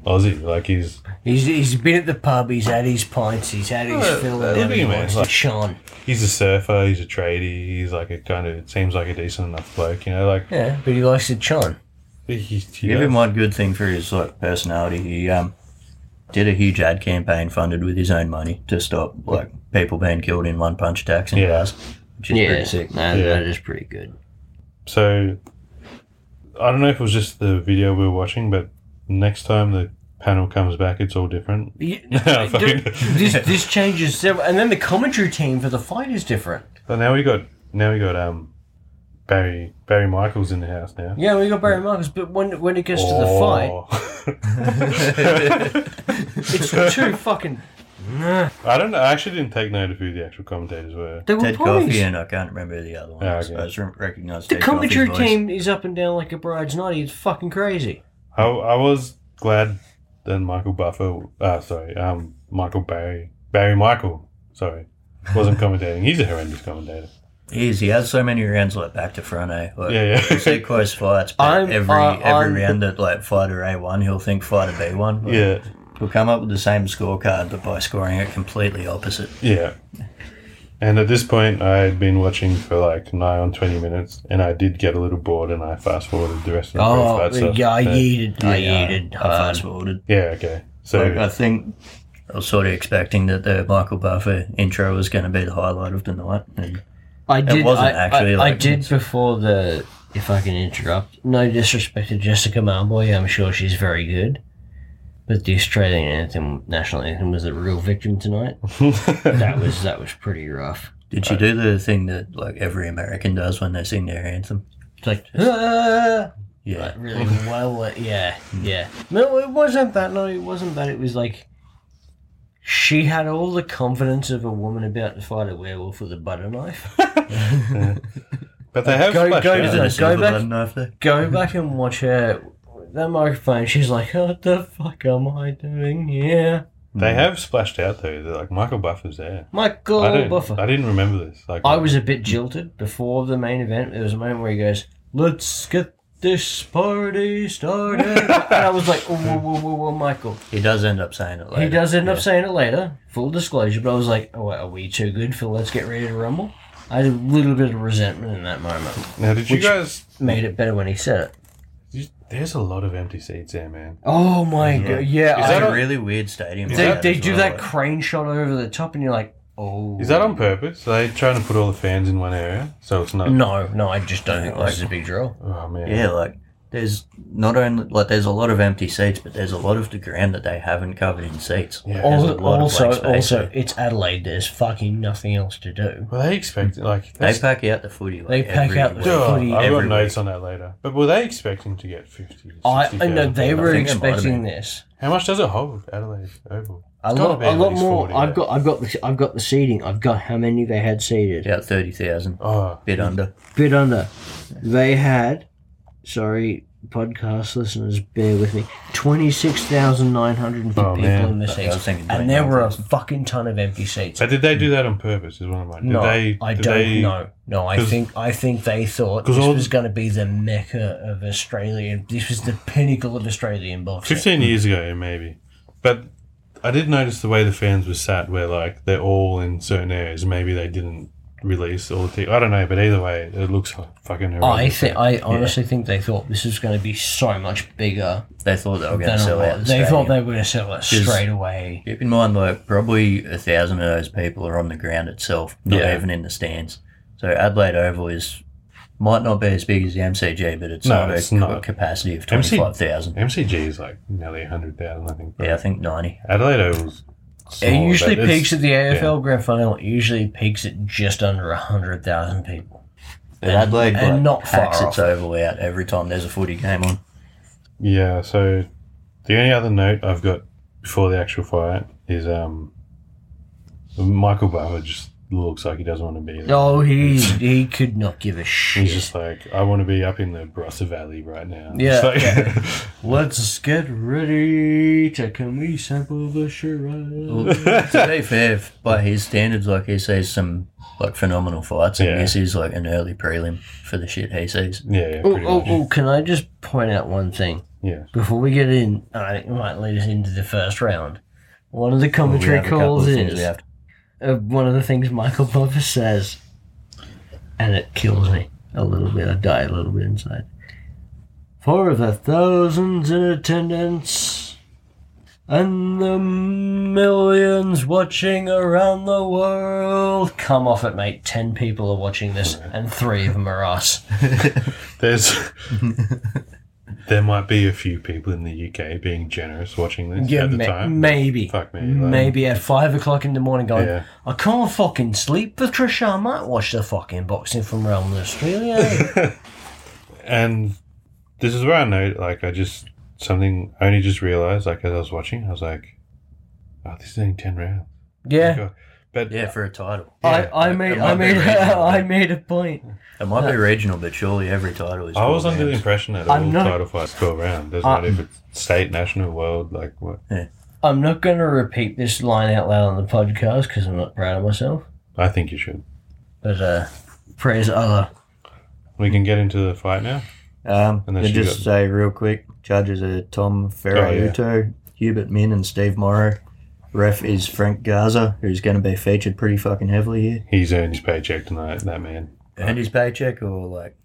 Speaker 3: Aussie. Like, he's,
Speaker 1: He's, he's been at the pub. He's had his pints. He's had his
Speaker 3: Uh,
Speaker 1: fill.
Speaker 3: uh,
Speaker 1: And now
Speaker 3: look at
Speaker 1: he
Speaker 3: him, man.
Speaker 1: wants
Speaker 3: Like-
Speaker 1: to shine.
Speaker 3: he's a surfer, he's a tradie, he's like a kind of, it seems like a decent enough bloke, you know, like,
Speaker 1: Yeah, but he likes to shine.
Speaker 3: he, he
Speaker 4: Give him
Speaker 3: does-
Speaker 4: one good thing for his like personality. He um did a huge ad campaign funded with his own money to stop like people being killed in one punch attacks in
Speaker 3: Yeah.
Speaker 4: cars, which is pretty sick.
Speaker 1: No,
Speaker 3: Yeah.
Speaker 1: that is pretty good.
Speaker 3: So I don't know if it was just the video we were watching, but next time the panel comes back, it's all different.
Speaker 1: You-
Speaker 3: Fucking-
Speaker 1: this this changes, several- and then the commentary team for the fight is different.
Speaker 3: But now we got now we got um Barry Barry Michaels in the house now.
Speaker 1: Yeah, we got Barry Marcus, but when when it gets to
Speaker 3: Oh.
Speaker 1: the fight,
Speaker 3: the fight.
Speaker 1: it's too fucking. Nah.
Speaker 3: Oh. I don't. know. I actually didn't take note of who the actual commentators were.
Speaker 1: They were
Speaker 4: Ted
Speaker 1: ponies.
Speaker 4: Coffey and I can't remember the other one.
Speaker 3: Ah,
Speaker 4: I
Speaker 3: okay.
Speaker 4: suppose I recognised
Speaker 1: The
Speaker 4: Ted Coffey's
Speaker 1: commentary
Speaker 4: voice.
Speaker 1: team is up and down like a bride's night. It's fucking crazy.
Speaker 3: I, I was glad that Michael Buffer, uh, sorry, um, Michael Barry, Barry Michael, sorry, wasn't commentating. He's a horrendous commentator.
Speaker 4: He is. He has so many rounds like back to front. Eh? Like,
Speaker 3: Yeah, yeah.
Speaker 4: You see close fights, but
Speaker 1: I'm-
Speaker 4: every
Speaker 1: uh, I'm-
Speaker 4: every round that like fighter A one, he'll think fighter B one.
Speaker 3: Yeah,
Speaker 4: He'll come up with the same scorecard, but by scoring it completely opposite.
Speaker 3: yeah. And at this point, I had been watching for like nigh on twenty minutes, and I did get a little bored, and I fast forwarded the rest of the
Speaker 1: Oh,
Speaker 3: fight stuff.
Speaker 1: yeah, I
Speaker 3: Uh,
Speaker 1: yeeted. I yeeted.
Speaker 4: I
Speaker 1: hard.
Speaker 4: fast forwarded.
Speaker 3: yeah. Okay, so
Speaker 4: Like, I think I was sort of expecting that the Michael Buffer intro was going to be the highlight of the night. And
Speaker 1: I did.
Speaker 4: wasn't
Speaker 1: I, I,
Speaker 4: actually,
Speaker 1: I
Speaker 4: like-
Speaker 1: did before the. If I can interrupt, no disrespect to Jessica Marboy, I'm sure she's very good, but the Australian anthem, national anthem, was the real victim tonight. that was that was pretty rough.
Speaker 4: did you do the thing that like every American does when they sing their anthem? It's like
Speaker 1: Ah!
Speaker 4: yeah,
Speaker 1: Like, really well, uh, yeah, yeah. No, it wasn't that. No, it wasn't that. It was like she had all the confidence of a woman about to fight a werewolf with a butter knife.
Speaker 3: but they have
Speaker 1: Go-
Speaker 3: splashed
Speaker 1: go to
Speaker 3: out.
Speaker 1: Yeah, Uh,
Speaker 4: Isn't it
Speaker 1: go
Speaker 4: a silver
Speaker 1: back-
Speaker 4: blood knife there?
Speaker 1: Go back and watch her. That microphone. She's like, "What the fuck am I doing here,
Speaker 3: They have splashed out though. They're like Michael Buffer's there.
Speaker 1: Michael
Speaker 3: I don't.
Speaker 1: Oh, Buffer?"
Speaker 3: I didn't remember this. Like
Speaker 1: I was a bit jilted before the main event. There was a moment where he goes, "Let's get this party started," and I was like, "Whoa, whoa, whoa, whoa, Michael."
Speaker 4: He does end up saying it later.
Speaker 1: He does end up
Speaker 4: Yeah.
Speaker 1: saying it later, full disclosure, but I was like, oh, are we too good for Let's Get Ready to Rumble? I had a little bit of resentment in that moment.
Speaker 3: Now, did you
Speaker 1: Which-
Speaker 3: guys?
Speaker 1: Made it better when he said it.
Speaker 3: you- There's a lot of empty seats there, man.
Speaker 1: Oh my god, yeah.
Speaker 3: Is
Speaker 1: I-
Speaker 4: It's
Speaker 3: that
Speaker 4: a
Speaker 3: on-
Speaker 4: really weird stadium.
Speaker 1: they
Speaker 4: like
Speaker 1: they
Speaker 4: that
Speaker 1: do
Speaker 4: as well,
Speaker 1: that
Speaker 4: like-
Speaker 1: crane shot over the top, and you're like, oh.
Speaker 3: Is that on purpose? Are they trying to put all the fans in one area so it's not?
Speaker 1: No, no, I just don't think this is a big drill.
Speaker 3: Oh man.
Speaker 4: Yeah, like there's not only like there's a lot of empty seats, but there's a lot of the ground that they haven't covered in seats.
Speaker 3: Yeah.
Speaker 4: There's a
Speaker 1: Also,
Speaker 4: lot of
Speaker 1: also,
Speaker 4: blank space
Speaker 1: also,
Speaker 4: there.
Speaker 1: it's Adelaide. There's fucking nothing else to do.
Speaker 3: Were they expecting like?
Speaker 4: they
Speaker 3: That's,
Speaker 4: pack out the footy. Like,
Speaker 1: They pack
Speaker 4: every
Speaker 1: out the
Speaker 4: week.
Speaker 3: Oh,
Speaker 1: footy
Speaker 3: I've got
Speaker 4: every
Speaker 3: notes on that later. But were they expecting to get fifty?
Speaker 1: I,
Speaker 3: 60,000
Speaker 1: I know they
Speaker 3: people?
Speaker 1: were
Speaker 4: think it might have
Speaker 1: expecting
Speaker 4: been.
Speaker 1: this.
Speaker 3: How much does it hold, Adelaide Oval?
Speaker 1: A
Speaker 3: gotta
Speaker 1: lot,
Speaker 3: be
Speaker 1: a
Speaker 3: at
Speaker 1: lot
Speaker 3: least
Speaker 1: more.
Speaker 3: 40,
Speaker 1: I've
Speaker 3: yeah.
Speaker 1: got, I've got, the, I've got the seating. I've got how many they had seated.
Speaker 4: About thirty thousand,
Speaker 3: Oh,
Speaker 4: bit under.
Speaker 1: bit under. They had, sorry, podcast listeners, bear with me, 26,950
Speaker 3: Oh,
Speaker 1: people
Speaker 3: man.
Speaker 1: in the
Speaker 4: I was
Speaker 1: seats.
Speaker 4: thinking
Speaker 1: And there were a
Speaker 4: 29,000.
Speaker 1: fucking ton of empty seats.
Speaker 3: so did they do that on purpose? Is one of my. Did
Speaker 1: No,
Speaker 3: they,
Speaker 1: I
Speaker 3: did
Speaker 1: don't
Speaker 3: they-
Speaker 1: know. No, I
Speaker 3: 'cause-
Speaker 1: think I think they thought
Speaker 3: 'cause
Speaker 1: this
Speaker 3: all-
Speaker 1: was going to be the mecca of Australian. This was the pinnacle of Australian boxing.
Speaker 3: 15 years ago, maybe. But I did notice the way the fans were sat, where like they're all in certain areas. Maybe they didn't release all the things. I don't know, but either way, it looks fucking horrendous.
Speaker 1: Oh, I think I honestly think they thought this was going to be so much bigger
Speaker 4: They thought they were going
Speaker 1: than
Speaker 4: to
Speaker 1: a
Speaker 4: sell
Speaker 1: lot.
Speaker 4: out. The
Speaker 1: They thought
Speaker 4: stadium.
Speaker 1: they were going to sell it straight away.
Speaker 4: Keep in mind, like probably a thousand of those people are on the ground itself, not
Speaker 3: Yeah.
Speaker 4: even in the stands. So Adelaide Oval is might not be as big as the MCG, but it's
Speaker 3: No,
Speaker 4: not
Speaker 3: it's
Speaker 4: a
Speaker 3: not.
Speaker 4: capacity of
Speaker 3: MC
Speaker 4: twenty five thousand.
Speaker 3: MCG is like nearly hundred thousand, I think.
Speaker 4: Yeah, I think ninety.
Speaker 3: Adelaide
Speaker 1: It
Speaker 3: Oval's.
Speaker 4: Oh,
Speaker 3: smaller,
Speaker 1: usually
Speaker 3: but
Speaker 1: peaks
Speaker 3: it's-
Speaker 1: at the AFL Grand Final. It usually peaks at just under hundred thousand people.
Speaker 4: But Adelaide
Speaker 1: and
Speaker 4: like,
Speaker 1: not far
Speaker 4: packs
Speaker 1: off.
Speaker 4: its oval out every time there's a footy game on.
Speaker 3: Yeah. So the only other note I've got before the actual fight is um, Michael Buffer just looks like he doesn't want to be there.
Speaker 1: Oh, he he could not give a
Speaker 3: He's
Speaker 1: shit.
Speaker 3: just like, I want to be up in the Barossa Valley right now.
Speaker 1: Yeah,
Speaker 3: It's like-
Speaker 1: Let's get ready to can we sample the charade?
Speaker 4: to be fair, f- by his standards, like he sees some like phenomenal fights, and
Speaker 3: Yeah.
Speaker 4: this is like an early prelim for the shit he sees.
Speaker 3: Yeah, yeah,
Speaker 1: Oh,
Speaker 3: pretty
Speaker 1: oh,
Speaker 3: much.
Speaker 1: oh! Can I just point out one thing
Speaker 3: Yeah.
Speaker 1: before we get in? I think it might lead us into the first round. One of the
Speaker 4: Well, we
Speaker 1: commentary
Speaker 4: have a couple
Speaker 1: calls
Speaker 4: of things we
Speaker 1: is
Speaker 4: have to-
Speaker 1: uh, one of the things Michael Buffer says, and it kills me a little bit. I die a little bit inside. For the thousands in attendance, And the millions watching around the world. Come off it, mate. Ten people are watching this, and three of them are us.
Speaker 3: There's there might be a few people in the UK being generous watching this
Speaker 1: Yeah,
Speaker 3: at the
Speaker 1: ma-
Speaker 3: time.
Speaker 1: maybe.
Speaker 3: Fuck me, like-
Speaker 1: Maybe at five o'clock in the morning, going,
Speaker 3: Yeah.
Speaker 1: I can't fucking sleep, Patricia. I might watch the fucking boxing from Realm of Australia.
Speaker 3: and this is where I know, like, I just something I only just realized, like, as I was watching, I was like, "Oh, this is only ten rounds." Oh
Speaker 1: yeah.
Speaker 3: God. But
Speaker 4: Yeah, for a title.
Speaker 3: Yeah,
Speaker 1: I, I
Speaker 3: it-
Speaker 1: made
Speaker 4: it
Speaker 1: I
Speaker 4: might be
Speaker 1: made
Speaker 4: regional,
Speaker 1: I
Speaker 4: but-
Speaker 1: made a point.
Speaker 4: It might be regional, but surely every title is.
Speaker 3: I was
Speaker 4: called
Speaker 3: under the
Speaker 4: Rams.
Speaker 3: impression that
Speaker 1: I'm
Speaker 3: all
Speaker 1: not- Uh,
Speaker 3: title fights go around. Doesn't
Speaker 1: I-
Speaker 3: matter if it's state, national, world, like what.
Speaker 1: I'm not going to repeat this line out loud on the podcast because I'm not proud of myself.
Speaker 3: I think you should.
Speaker 1: But uh, praise Allah.
Speaker 3: We can get into the fight now.
Speaker 4: Um,
Speaker 3: And then
Speaker 4: and
Speaker 3: she
Speaker 4: just
Speaker 3: got-
Speaker 4: say real quick, judges are Tom Ferraiuto, Hubert Min, and Steve Morrow. Ref is Frank Garza, who's going to be featured pretty fucking heavily here.
Speaker 3: He's earned his paycheck tonight. That man.
Speaker 4: Earned his paycheck, or like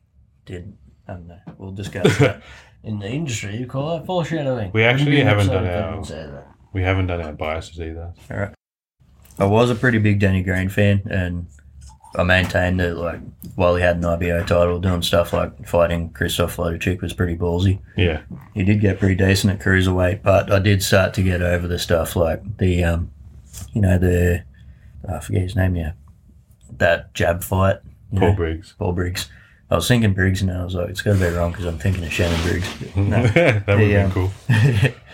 Speaker 4: didn't? I don't know. We'll discuss that.
Speaker 1: In the industry, you call that foreshadowing.
Speaker 3: We actually
Speaker 1: Wouldn't be
Speaker 3: haven't
Speaker 1: upset
Speaker 3: done
Speaker 1: if I
Speaker 3: our-
Speaker 1: didn't say that.
Speaker 3: We haven't done our biases either.
Speaker 4: I was a pretty big Danny Green fan, and I maintained that like while he had an IBO title, doing stuff like fighting Christoph Lodichik was pretty ballsy.
Speaker 3: Yeah.
Speaker 4: He did get pretty decent at cruiserweight, but I did start to get over the stuff like the, um, you know, the oh, I forget his name now, that jab fight. you
Speaker 3: Paul
Speaker 4: know,
Speaker 3: Briggs.
Speaker 4: Paul Briggs. I was thinking Briggs, and I was like, it's got to be wrong because I'm thinking of Shannon Briggs. No.
Speaker 3: that would have
Speaker 4: The,
Speaker 3: been
Speaker 4: um,
Speaker 3: cool.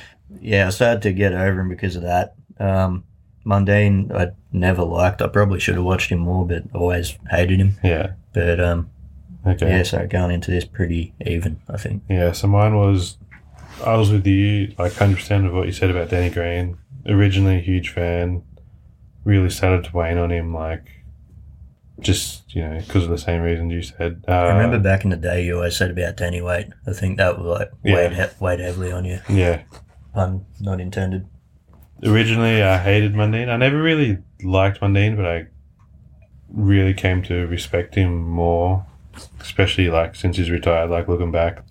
Speaker 4: yeah, I started to get over him because of that. Um, Mundane, I never liked. I probably should have watched him more, but always hated him.
Speaker 3: Yeah.
Speaker 4: But um,
Speaker 3: Okay.
Speaker 4: yeah, so going into this pretty even, I think.
Speaker 3: Yeah, so mine was I was with you, like hundred percent of what you said about Danny Green. Originally a huge fan, really started to wane on him, like just you know because of the same reasons you said. Uh,
Speaker 4: I remember back in the day, you always said about Danny Wait. I think that was like
Speaker 3: Yeah.
Speaker 4: weighed, he- weighed heavily on you.
Speaker 3: Uh, Yeah,
Speaker 4: Pun not intended.
Speaker 3: originally I hated Mundine. I never really liked Mundine, but I really came to respect him more, especially like since he's retired. Like looking back,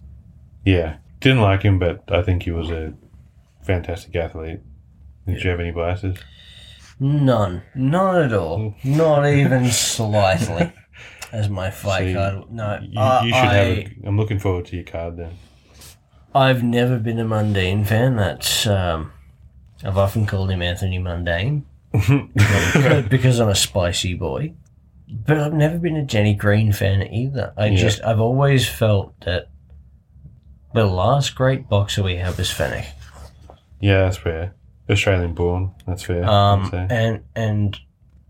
Speaker 3: yeah, didn't like him, but I think he was a fantastic athlete. Did you have any biases?
Speaker 1: None. Not at
Speaker 3: Mm.
Speaker 1: all. Not even slightly. As my fight
Speaker 3: So
Speaker 1: card. No.
Speaker 3: You,
Speaker 1: I-
Speaker 3: you should
Speaker 1: Uh, I,
Speaker 3: have. A, I'm looking forward to your card then.
Speaker 1: I've never been a mundane fan. That's um, I've often called him Anthony Mundane because I'm a spicy boy. But I've never been a Jenny Green fan either. I
Speaker 3: Yeah.
Speaker 1: just I've always felt that the last great boxer we had was Fennec.
Speaker 3: yeah, that's fair. Australian born. That's fair.
Speaker 1: Um,
Speaker 3: I'd say.
Speaker 1: and and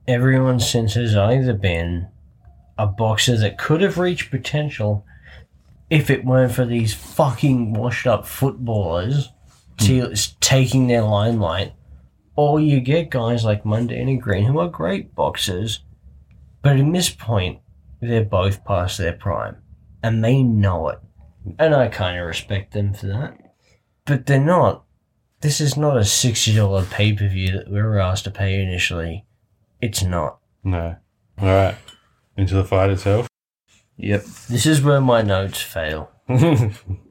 Speaker 1: everyone since has either been a boxer that could have reached potential if it weren't for these fucking washed up footballers
Speaker 3: Hmm.
Speaker 1: te- taking their limelight, or you get guys like Mundane and Green who are great boxers, but in this point they're both past their prime, and they know it, and I kind of respect them for that, but they're not this is not a sixty dollar pay per view that we were asked to pay initially. It's not.
Speaker 3: no. All right. Into the fight itself.
Speaker 4: Yep.
Speaker 1: This is where my notes fail.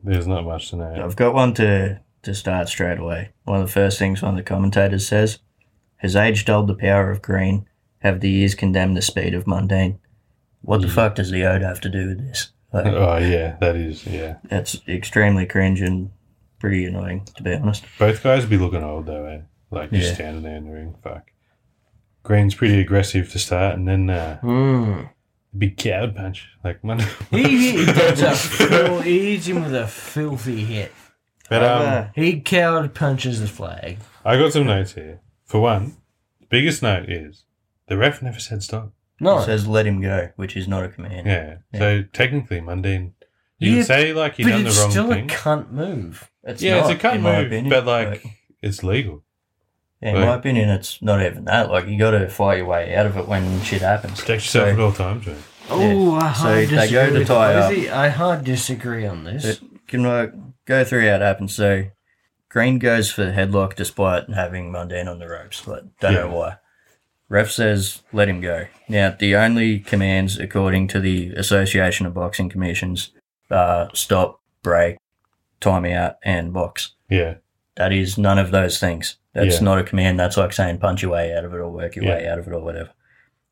Speaker 3: There's not much to know.
Speaker 4: I've got one to, to start straight away. One of the first things one of the commentators says His age dulled the power of Green, have the years condemned the speed of Mundane. What
Speaker 3: Hmm.
Speaker 4: the fuck does the Ode have to do with this? Like,
Speaker 3: Oh yeah, that is yeah.
Speaker 4: it's extremely cringe and pretty annoying, to be honest.
Speaker 3: Both guys be looking old though, eh? Like just
Speaker 4: Yeah.
Speaker 3: standing there in the ring. Fuck. Green's pretty aggressive to start, and then uh,
Speaker 1: Mm.
Speaker 3: big cow punch. Like man.
Speaker 1: He, he gets a full, he hits him with a filthy hit.
Speaker 3: but um,
Speaker 1: He coward punches the flag.
Speaker 3: I got some notes here. For one, the biggest note is the ref never said stop.
Speaker 4: It
Speaker 1: No,
Speaker 4: says let him go, which is not a command.
Speaker 3: Yeah. So technically, Mundine, you
Speaker 1: Yeah,
Speaker 3: can say like he
Speaker 1: but
Speaker 3: done the
Speaker 1: it's
Speaker 3: wrong
Speaker 1: still
Speaker 3: thing.
Speaker 1: a cunt move.
Speaker 4: It's
Speaker 3: yeah,
Speaker 4: not,
Speaker 3: it's a cut
Speaker 4: in my
Speaker 3: move,
Speaker 4: opinion.
Speaker 3: but like it's legal.
Speaker 4: yeah, in
Speaker 3: like-
Speaker 4: my opinion, it's not even that. Like, you got to fight your way out of it when shit happens.
Speaker 3: Protect yourself at
Speaker 4: So,
Speaker 3: all times, man.
Speaker 1: Oh, I
Speaker 4: So
Speaker 1: hard
Speaker 4: they go
Speaker 1: disagree.
Speaker 4: to
Speaker 1: with
Speaker 4: tie up.
Speaker 1: Rosie. I hard disagree on this.
Speaker 4: It- can I go through how it happens? So, Green goes for the headlock despite having Mundane on the ropes, but don't know
Speaker 3: Yeah.
Speaker 4: why. Ref says, let him go. Now, the only commands, according to the Association of Boxing Commissions, are stop, break, time out, and box.
Speaker 3: Yeah.
Speaker 4: That is none of those things. That's
Speaker 3: Yeah.
Speaker 4: not a command. That's like saying punch your way out of it or work your
Speaker 3: Yeah.
Speaker 4: way out of it or whatever.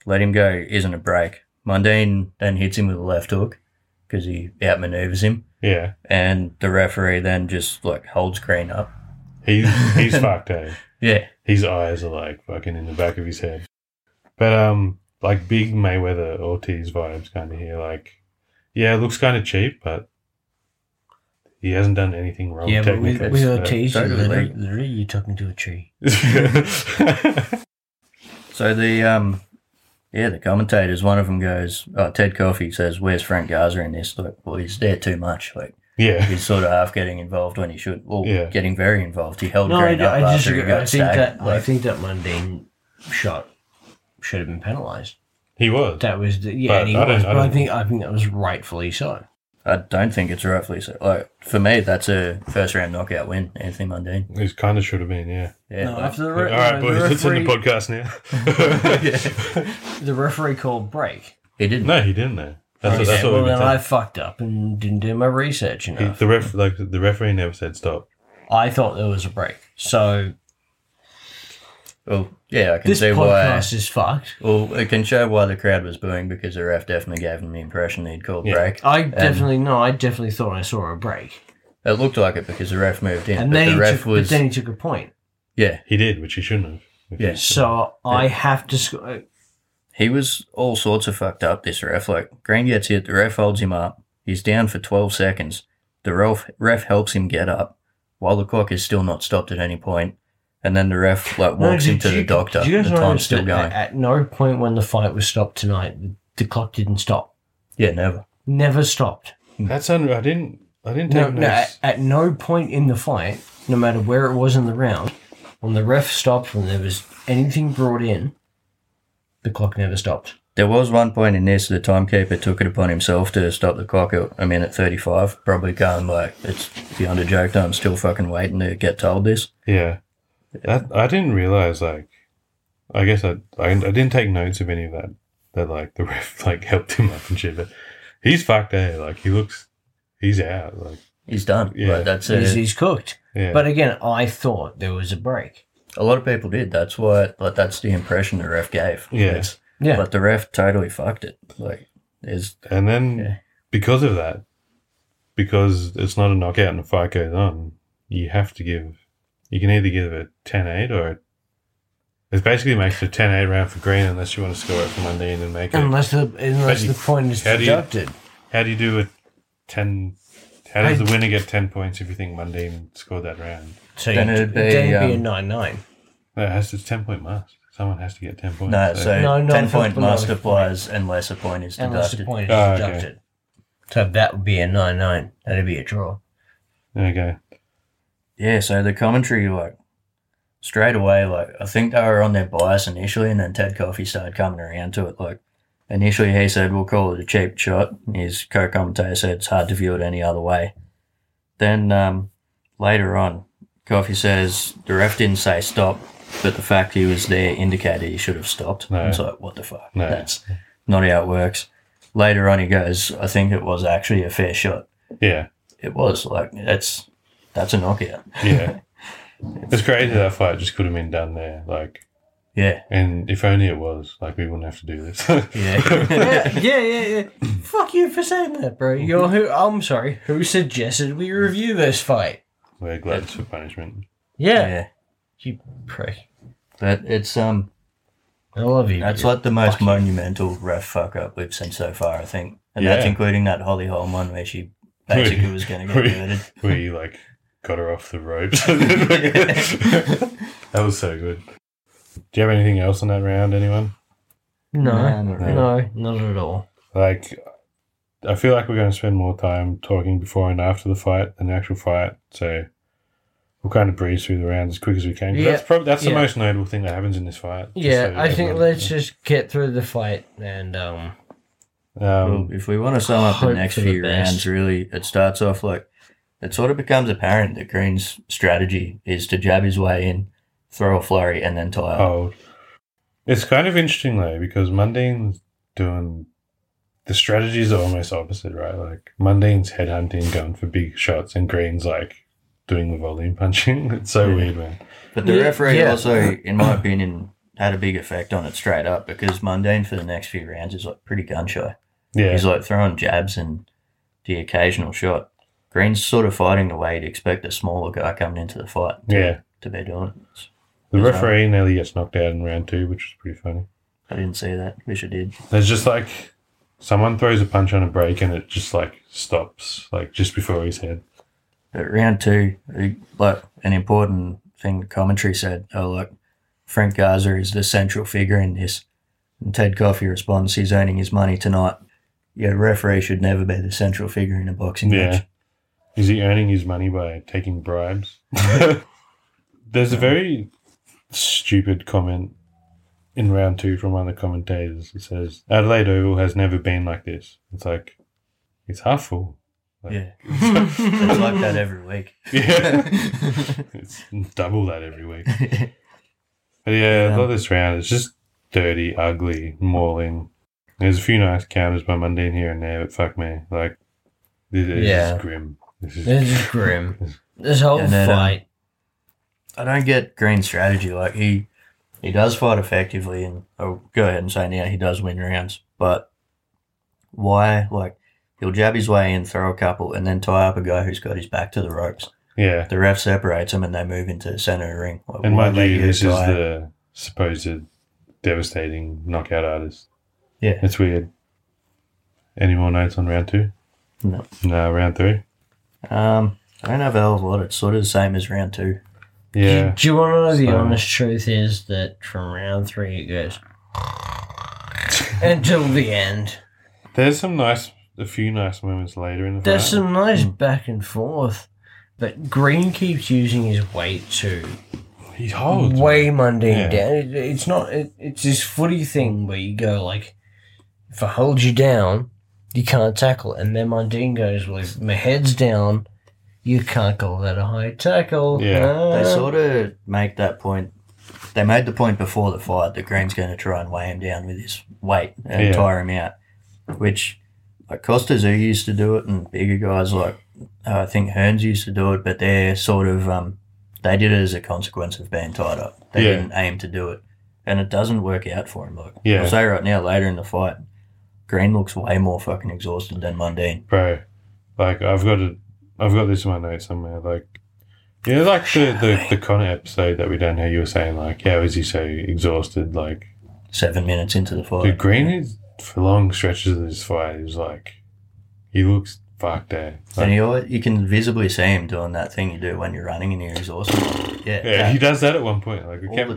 Speaker 4: Let him go isn't a break. Mundine then hits him with a left hook because he outmaneuvers him.
Speaker 3: Yeah.
Speaker 4: And the referee then just like holds Green up.
Speaker 3: He's he's fucked, eh?
Speaker 4: Yeah.
Speaker 3: His eyes are like fucking in the back of his head. But um like big Mayweather Ortiz vibes kinda here, like yeah, it looks kinda cheap, but he hasn't done anything wrong
Speaker 1: Yeah, but with,
Speaker 3: technically.
Speaker 1: with
Speaker 3: so-
Speaker 1: Ortiz,
Speaker 4: Don't
Speaker 1: literally,
Speaker 4: relate.
Speaker 1: literally you took him to a tree.
Speaker 4: So the um, yeah, the commentators. One of them goes, "Oh, Ted Coffey says, where's Frank Garza in this?" Like, well, he's there too much. Like,
Speaker 3: yeah.
Speaker 4: he's sort of half getting involved when he should, well,
Speaker 3: Yeah.
Speaker 4: getting very involved. He held
Speaker 1: No, I,
Speaker 4: Green up
Speaker 1: I
Speaker 4: after he
Speaker 1: disagree. I think
Speaker 4: got stabbed.
Speaker 1: that I
Speaker 4: Like,
Speaker 1: think that mundane shot should have been penalised.
Speaker 3: He was.
Speaker 1: That was the,
Speaker 3: But
Speaker 1: yeah, and he
Speaker 3: I don't-
Speaker 1: was,
Speaker 3: I
Speaker 1: but I
Speaker 3: don't-
Speaker 1: think I think that was rightfully so.
Speaker 4: I don't think it's rightfully so. Like for me, that's a first round knockout win, Anthony Mundine.
Speaker 3: He kinda should have been, yeah.
Speaker 4: Yeah,
Speaker 1: no,
Speaker 4: like,
Speaker 1: after the,
Speaker 3: All
Speaker 1: re-
Speaker 3: right,
Speaker 1: no,
Speaker 3: boys,
Speaker 1: the
Speaker 3: let's end
Speaker 1: referee,
Speaker 3: the podcast now.
Speaker 1: the referee called break.
Speaker 4: he didn't.
Speaker 3: No, he didn't though. That's, what
Speaker 1: Okay,
Speaker 3: that's what
Speaker 1: well,
Speaker 3: we've been
Speaker 1: then I
Speaker 3: saying.
Speaker 1: fucked up and didn't do my research
Speaker 3: He-
Speaker 1: enough.
Speaker 3: the ref, like the referee, never said stop.
Speaker 1: I thought there was a break, so
Speaker 4: Well, yeah, I can
Speaker 1: this
Speaker 4: see why.
Speaker 1: podcast is fucked.
Speaker 4: Well, it can show why the crowd was booing because the ref definitely gave him the impression he'd called
Speaker 3: Yeah.
Speaker 4: break.
Speaker 1: I definitely no, I definitely thought I saw a break,
Speaker 4: It looked like it because the ref moved in,
Speaker 1: and
Speaker 4: but
Speaker 1: then
Speaker 4: the
Speaker 1: he
Speaker 4: ref
Speaker 1: took,
Speaker 4: was
Speaker 1: but then he took a point.
Speaker 4: yeah,
Speaker 3: He did, which he shouldn't have. Which
Speaker 4: Yeah.
Speaker 3: is-
Speaker 1: So I have to. Sc- uh,
Speaker 4: He was all sorts of fucked up, this ref. Like, Green gets hit, the ref holds him up. He's down for 12 seconds. The ref, ref helps him get up while the clock is still not stopped at any point. And then the ref, like,
Speaker 1: no,
Speaker 4: walks
Speaker 1: did
Speaker 4: him to
Speaker 1: you-
Speaker 4: the doctor.
Speaker 1: did you guys
Speaker 4: The time's
Speaker 1: notice
Speaker 4: still
Speaker 1: that
Speaker 4: going.
Speaker 1: At no point when the fight was stopped tonight, the clock didn't stop.
Speaker 4: Yeah, never.
Speaker 1: Never stopped.
Speaker 3: that's un- I didn't. I didn't
Speaker 1: No,
Speaker 3: take
Speaker 1: no, at,
Speaker 3: notes.
Speaker 1: at no point in the fight, no matter where it was in the round, when the ref stopped, when there was anything brought in, the clock never stopped.
Speaker 4: There was one point in this, the timekeeper took it upon himself to stop the clock at a minute 35, probably going, like, it's beyond a joke that I'm still fucking waiting to get told this.
Speaker 3: Yeah, that I didn't realize. Like, I guess I, I I didn't take notes of any of that. That like the ref like helped him up and shit. But he's fucked. Eh? Like he looks. He's out. Like
Speaker 4: He's done.
Speaker 3: Yeah.
Speaker 4: Like, that's
Speaker 1: He's,
Speaker 4: it.
Speaker 1: he's cooked.
Speaker 3: yeah.
Speaker 1: But again, I thought there was a break.
Speaker 4: A lot of people did. That's why, like, that's the impression the ref gave.
Speaker 3: Yeah.
Speaker 4: It's-
Speaker 1: Yeah.
Speaker 4: But the ref totally fucked it. Like, there's
Speaker 3: and then
Speaker 4: Yeah.
Speaker 3: because of that, because it's not a knockout and the fight goes on, you have to give. You can either give a 10-8 or a- it basically makes it a 10-8 round for Green unless you want to score it for Mundine and make it.
Speaker 1: unless the unless
Speaker 3: But
Speaker 1: the
Speaker 3: you-
Speaker 1: point is
Speaker 3: how do you-
Speaker 1: deducted.
Speaker 3: How do you do a 10? How does
Speaker 1: I-
Speaker 3: the winner get 10 points if you think Mundine scored that round?
Speaker 1: So
Speaker 4: Then
Speaker 1: you-
Speaker 4: it'd be,
Speaker 1: then it'd be a
Speaker 4: um,
Speaker 1: nine nine.
Speaker 3: No, it has, it's 10 point must. Someone has to get 10 points.
Speaker 4: no, so
Speaker 1: No, no,
Speaker 4: 10 point
Speaker 1: but no,
Speaker 4: must
Speaker 1: no.
Speaker 4: applies unless a point is
Speaker 1: Unless the
Speaker 4: deducted.
Speaker 1: point is
Speaker 3: Ah, okay.
Speaker 1: deducted. So that would be a nine nine. That'd be a draw.
Speaker 3: there you go.
Speaker 4: Yeah, so the commentary, like, straight away, like, I think they were on their bias initially, and then Ted Coffey started coming around to it. Like, initially he said, we'll call it a cheap shot. His co commentator said it's hard to view it any other way. Then um, later on, Coffey says the ref didn't say stop, but the fact he was there indicated he should have stopped.
Speaker 3: No.
Speaker 4: It's like, what the fuck?
Speaker 3: No.
Speaker 4: That's not how it works. Later on, he goes, I think it was actually a fair shot.
Speaker 3: Yeah,
Speaker 4: It was. Like, that's, that's a knockout.
Speaker 3: yeah. it's crazy that fight just could have been done there. Like,
Speaker 4: Yeah.
Speaker 3: and if only it was, like, we wouldn't have to do this.
Speaker 4: Yeah.
Speaker 1: yeah, yeah, yeah, yeah. Fuck you for saying that, bro. You're who? I'm sorry. Who suggested we review this fight?
Speaker 3: We're glad it's for punishment.
Speaker 1: Yeah,
Speaker 4: yeah.
Speaker 1: you prick.
Speaker 4: But it's um
Speaker 1: I love you.
Speaker 4: that's
Speaker 1: but
Speaker 4: like the most monumental ref fuck up we've seen so far, I think. And that's
Speaker 3: Yeah.
Speaker 4: including that Holly Holm one where she basically was gonna get
Speaker 3: Wait.
Speaker 4: murdered.
Speaker 3: Where you, like, got her off the ropes. that was so good. Do you have anything else on that round, anyone?
Speaker 1: no,
Speaker 4: not really.
Speaker 1: no, not at all.
Speaker 3: like I feel like we're going to spend more time talking before and after the fight than the actual fight, so we'll kind of breeze through the rounds as quick as we can. 'cause That's probably that's the
Speaker 1: Yeah.
Speaker 3: most notable thing that happens in this fight. just
Speaker 1: Yeah,
Speaker 3: so
Speaker 1: I think
Speaker 3: everyone-
Speaker 1: let's just get through the fight and um.
Speaker 3: Um,
Speaker 4: Well, if we want to sum up the
Speaker 1: hope
Speaker 4: next
Speaker 1: for the
Speaker 4: few
Speaker 1: best.
Speaker 4: rounds, really, it starts off like it sort of becomes apparent that Green's strategy is to jab his way in, throw a flurry, and then tie up.
Speaker 3: oh, it's kind of interesting though because Mundine's doing the strategies are almost opposite, right? Like Mundine's headhunting, going for big shots, and Green's like doing the volume punching. It's so
Speaker 4: Yeah.
Speaker 3: weird, man.
Speaker 4: But the
Speaker 1: Yeah,
Speaker 4: referee
Speaker 1: yeah.
Speaker 4: also, in my opinion, had a big effect on it straight up because Mundane for the next few rounds is like pretty gun shy.
Speaker 3: Yeah,
Speaker 4: He's like throwing jabs and the occasional shot. Green's sort of fighting the way you'd expect a smaller guy coming into the fight
Speaker 3: yeah.
Speaker 4: to be doing it.
Speaker 3: The
Speaker 4: That's
Speaker 3: referee nearly gets knocked out in round two, which is pretty funny.
Speaker 4: I didn't see that. Wish I did.
Speaker 3: There's just like someone throws a punch on a break and it just like stops, like just before his head.
Speaker 4: But round two, he- like an important thing the commentary said, oh look, Frank Garza is the central figure in this. And Ted Coffey responds, he's earning his money tonight. Yeah, referee should never be the central figure in a boxing
Speaker 3: Yeah.
Speaker 4: match.
Speaker 3: Is he earning his money by taking bribes? There's a
Speaker 4: Um,
Speaker 3: very stupid comment in round two from one of the commentators. It says, Adelaide Oval has never been like this. It's like, it's half full. Like,
Speaker 4: Yeah. it's like that every week.
Speaker 3: yeah. it's double that every week. But yeah, I
Speaker 4: Yeah.
Speaker 3: love this round. It's just dirty, ugly, mauling. There's a few nice counters by Mundine here and there, but fuck me. Like, this is
Speaker 1: Yeah.
Speaker 3: grim. This is,
Speaker 1: This is grim. This whole
Speaker 4: And then, um,
Speaker 1: fight.
Speaker 4: I don't get Green's strategy. Like he he does fight effectively and I'll go ahead and say now he does win rounds. But why like he'll jab his way in, throw a couple, and then tie up a guy who's got his back to the ropes.
Speaker 3: yeah.
Speaker 4: The ref separates them and they move into the center of the ring. Like,
Speaker 3: And
Speaker 4: why
Speaker 3: mind
Speaker 4: let
Speaker 3: you,
Speaker 4: your
Speaker 3: this is
Speaker 4: guy-
Speaker 3: the supposed devastating knockout artist.
Speaker 4: Yeah.
Speaker 3: It's weird. Any more notes on round two?
Speaker 4: No.
Speaker 3: No, round three?
Speaker 4: Um I don't have a hell of a lot. It's sort of the same as round two.
Speaker 3: Yeah.
Speaker 1: Do you want to know the
Speaker 3: So-
Speaker 1: honest truth is that from round three it goes until the end.
Speaker 3: There's some nice, a few nice moments later in the
Speaker 1: There's
Speaker 3: fight.
Speaker 1: some nice back and forth, but Green keeps using his weight to
Speaker 3: He holds.
Speaker 1: way mundane
Speaker 3: Oh, Yeah.
Speaker 1: down. It, it's not. It, it's this footy thing where you go like, if I hold you down, you can't tackle. And then mundane goes, well, if my head's down, you can't call that a high tackle.
Speaker 3: Yeah.
Speaker 1: Ah.
Speaker 4: They sort of make that point. They made the point before the fight that Green's going to try and weigh him down with his weight and
Speaker 3: Yeah.
Speaker 4: tire him out, which like Costa Zoo used to do it, and bigger guys like uh, I think Hearns used to do it, but they're sort of um, they did it as a consequence of being tied up. They
Speaker 3: Yeah.
Speaker 4: didn't aim to do it, and it doesn't work out for him. Like
Speaker 3: Yeah.
Speaker 4: I'll say right now, later in the fight, Green looks way more fucking exhausted than Mundine.
Speaker 3: Bro, like, I've got a, I've got this in my notes somewhere. Like, you know, like the, the, the Connor episode that we done here, you were saying, like, how is he so exhausted? Like,
Speaker 4: Seven minutes into the fight,
Speaker 3: Dude, Green is for long stretches of this fight. He's like, he looks fucked out.
Speaker 4: And
Speaker 3: Like,
Speaker 4: you always, you can visibly see him doing that thing you do when you're running and you're exhausted. Yeah,
Speaker 3: yeah, he
Speaker 4: that-
Speaker 3: does that at one point. Like, I
Speaker 4: all
Speaker 3: can't-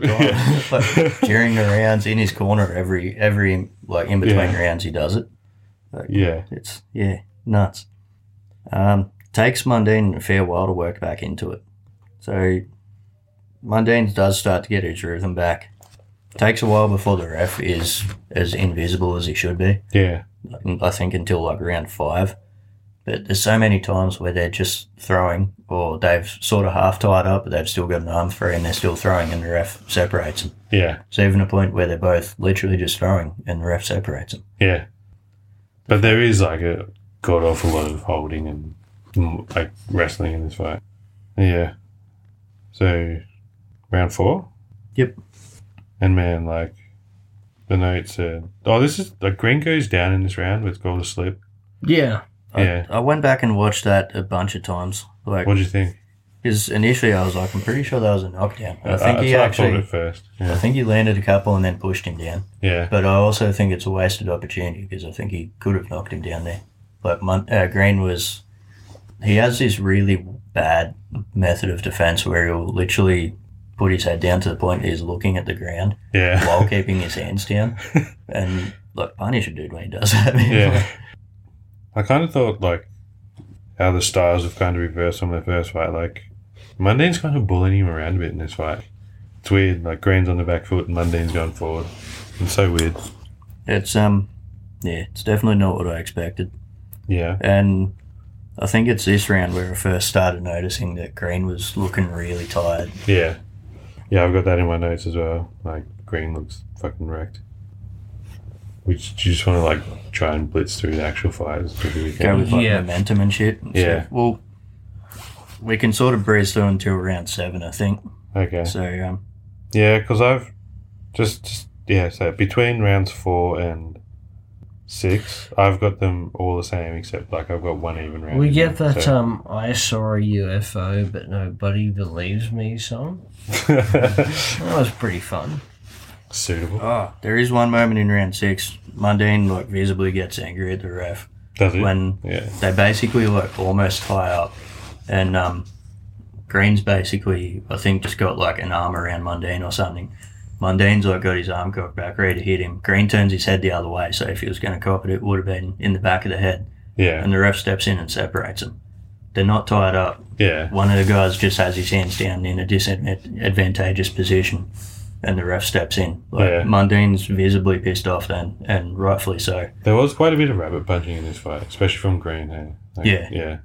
Speaker 4: the time. Like, during the rounds, in his corner, every every like in between rounds, he does it.
Speaker 3: yeah,
Speaker 4: It's yeah, nuts. Um, takes Mundine a fair while to work back into it. So Mundine does start to get his rhythm back. Takes a while before the ref is as invisible as he should be.
Speaker 3: yeah,
Speaker 4: I think until like round five. But there's so many times where they're just throwing, or they've sort of half tied up, but they've still got an arm free and they're still throwing, and the ref separates them.
Speaker 3: yeah,
Speaker 4: It's even a point where they're both literally just throwing, and the ref separates them.
Speaker 3: yeah. But there is like a god awful lot of holding and mm, like wrestling in this fight. Yeah. So, round four.
Speaker 4: Yep.
Speaker 3: And man, like the notes are. Oh, this is like Green goes down in this round with goal to slip.
Speaker 1: Yeah.
Speaker 3: Yeah.
Speaker 4: I, I went back and watched that a bunch of times. Like,
Speaker 3: What do you Uh, think?
Speaker 4: because initially I was like, I'm pretty sure that was a knockdown. I
Speaker 3: That's
Speaker 4: think
Speaker 3: what
Speaker 4: he
Speaker 3: I thought
Speaker 4: actually,
Speaker 3: at first.
Speaker 4: I
Speaker 3: Yeah.
Speaker 4: think he landed a couple and then pushed him down.
Speaker 3: Yeah.
Speaker 4: But I also think it's a wasted opportunity because I think he could have knocked him down there. But Mon- uh, Green was, he has this really bad method of defense where he'll literally put his head down to the point that he's looking at the ground
Speaker 3: Yeah.
Speaker 4: while keeping his hands down. And like, punish a dude when he does that.
Speaker 3: Yeah. I kind of thought, like, how the styles have kind of reversed from their first fight. Like, Mundane's kind of bullying him around a bit in this fight. It's weird. Like, Green's on the back foot and Mundane's going forward. It's so weird.
Speaker 4: It's, um, yeah, it's definitely not what I expected.
Speaker 3: Yeah.
Speaker 4: And I think it's this round where I first started noticing that Green was looking really tired.
Speaker 3: Yeah. Yeah, I've got that in my notes as well. Like, Green looks fucking wrecked. Which you just want to, like, try and blitz through the actual fighters. through the
Speaker 4: go
Speaker 3: weekend.
Speaker 4: with like
Speaker 1: Yeah.
Speaker 4: momentum and shit.
Speaker 3: Yeah.
Speaker 4: So, well, We can sort of breeze through until round seven, I think.
Speaker 3: Okay.
Speaker 4: So um,
Speaker 3: Yeah, because I've just, just yeah. So between rounds four and six, I've got them all the same except like I've got one even round.
Speaker 1: We
Speaker 3: in
Speaker 1: get
Speaker 3: there,
Speaker 1: that um, I saw a UFO but nobody believes me song.
Speaker 4: uh,
Speaker 3: so-
Speaker 1: That was pretty fun.
Speaker 3: Suitable.
Speaker 4: oh, there is one moment in round six. Mundine like visibly gets angry at the ref
Speaker 3: Does it?
Speaker 4: when
Speaker 3: yeah.
Speaker 4: they basically like almost tie up, and um, Green's basically I think just got like an arm around Mundine or something. Mundine's like got his arm cocked back, ready to hit him. Green turns his head the other way, so if he was going to cop it, it would have been in the back of the head.
Speaker 3: Yeah.
Speaker 4: And the ref steps in and separates them. They're not tied up.
Speaker 3: Yeah.
Speaker 4: One of the guys just has his hands down in a disadvantageous position, and the ref steps in. Like,
Speaker 3: Yeah.
Speaker 4: Mundine's visibly pissed off then, and rightfully so.
Speaker 3: There was quite a bit of rabbit punching in this fight, especially from Green. Hey? Like,
Speaker 4: Yeah.
Speaker 3: Yeah.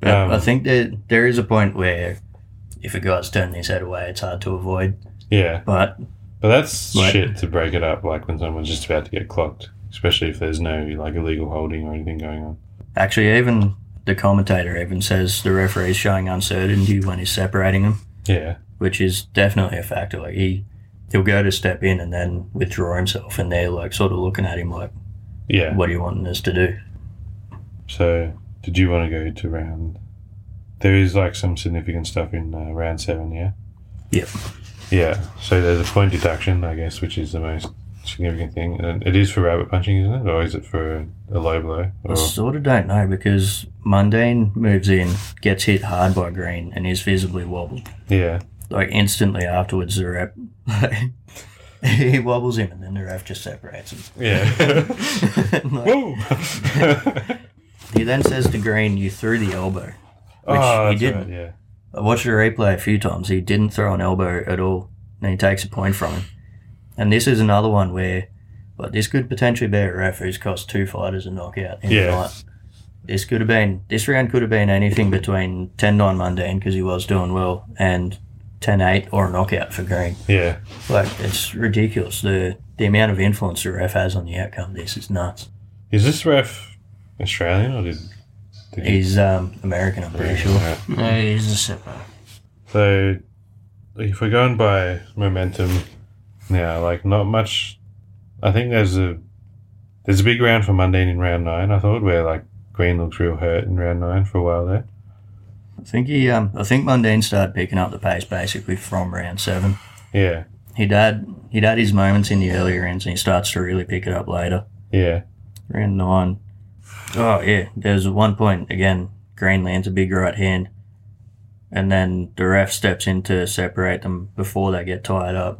Speaker 4: But
Speaker 3: Um,
Speaker 4: I think that there is a point where if a guy's turning his head away, it's hard to avoid.
Speaker 3: Yeah.
Speaker 4: But
Speaker 3: But that's
Speaker 4: Right.
Speaker 3: shit to break it up, like when someone's just about to get clocked, especially if there's no like illegal holding or anything going on.
Speaker 4: actually, even the commentator even says the referee's showing uncertainty when he's separating them,
Speaker 3: Yeah.
Speaker 4: which is definitely a factor. Like he, he'll go to step in and then withdraw himself, and they're like sort of looking at him like,
Speaker 3: Yeah.
Speaker 4: "What are you wanting us to do?"
Speaker 3: So, did you want to go to round? There is like some significant stuff in uh, round seven, yeah.
Speaker 4: Yep.
Speaker 3: Yeah. So there's a point deduction, I guess, which is the most significant thing, and it is for rabbit punching, isn't it, or is it for a low blow?
Speaker 4: I
Speaker 3: Or,
Speaker 4: sort of don't know because Mundane moves in, gets hit hard by Green, and is visibly wobbled.
Speaker 3: yeah.
Speaker 4: like instantly afterwards the ref he wobbles him and then the ref just separates him
Speaker 3: Yeah.
Speaker 4: Like,
Speaker 3: Woo!
Speaker 4: he then says to green you threw the elbow
Speaker 3: oh,
Speaker 4: he
Speaker 3: that's right,
Speaker 4: didn't.
Speaker 3: yeah.
Speaker 4: i watched the replay a few times he didn't throw an elbow at all and he takes a point from him and this is another one where like this could potentially be a ref who's cost two fighters a knockout in
Speaker 3: Yeah.
Speaker 4: the night this could have been this round could have been anything between 10-9 mundane because he was doing well and 10-8 or a knockout for green
Speaker 3: Yeah.
Speaker 4: Like it's ridiculous the the amount of influence the ref has on the outcome. of This is nuts.
Speaker 3: Is this ref Australian or did? did he-
Speaker 4: He's um, American, I'm pretty sure.
Speaker 3: Yeah.
Speaker 1: No, it is a sipper.
Speaker 3: So, if we're going by momentum, now, like not much. I think there's a there's a big round for Mundane in round nine. I thought where like Green looks real hurt in round nine for a while there.
Speaker 4: I think he um, I think Mundine started picking up the pace basically from round seven.
Speaker 3: Yeah,
Speaker 4: He'd had he'd had his moments in the earlier ends, and he starts to really pick it up later.
Speaker 3: yeah,
Speaker 4: Round nine. Oh yeah, there's one point again. Green lands a big right hand, and then the ref steps in to separate them before they get tied up.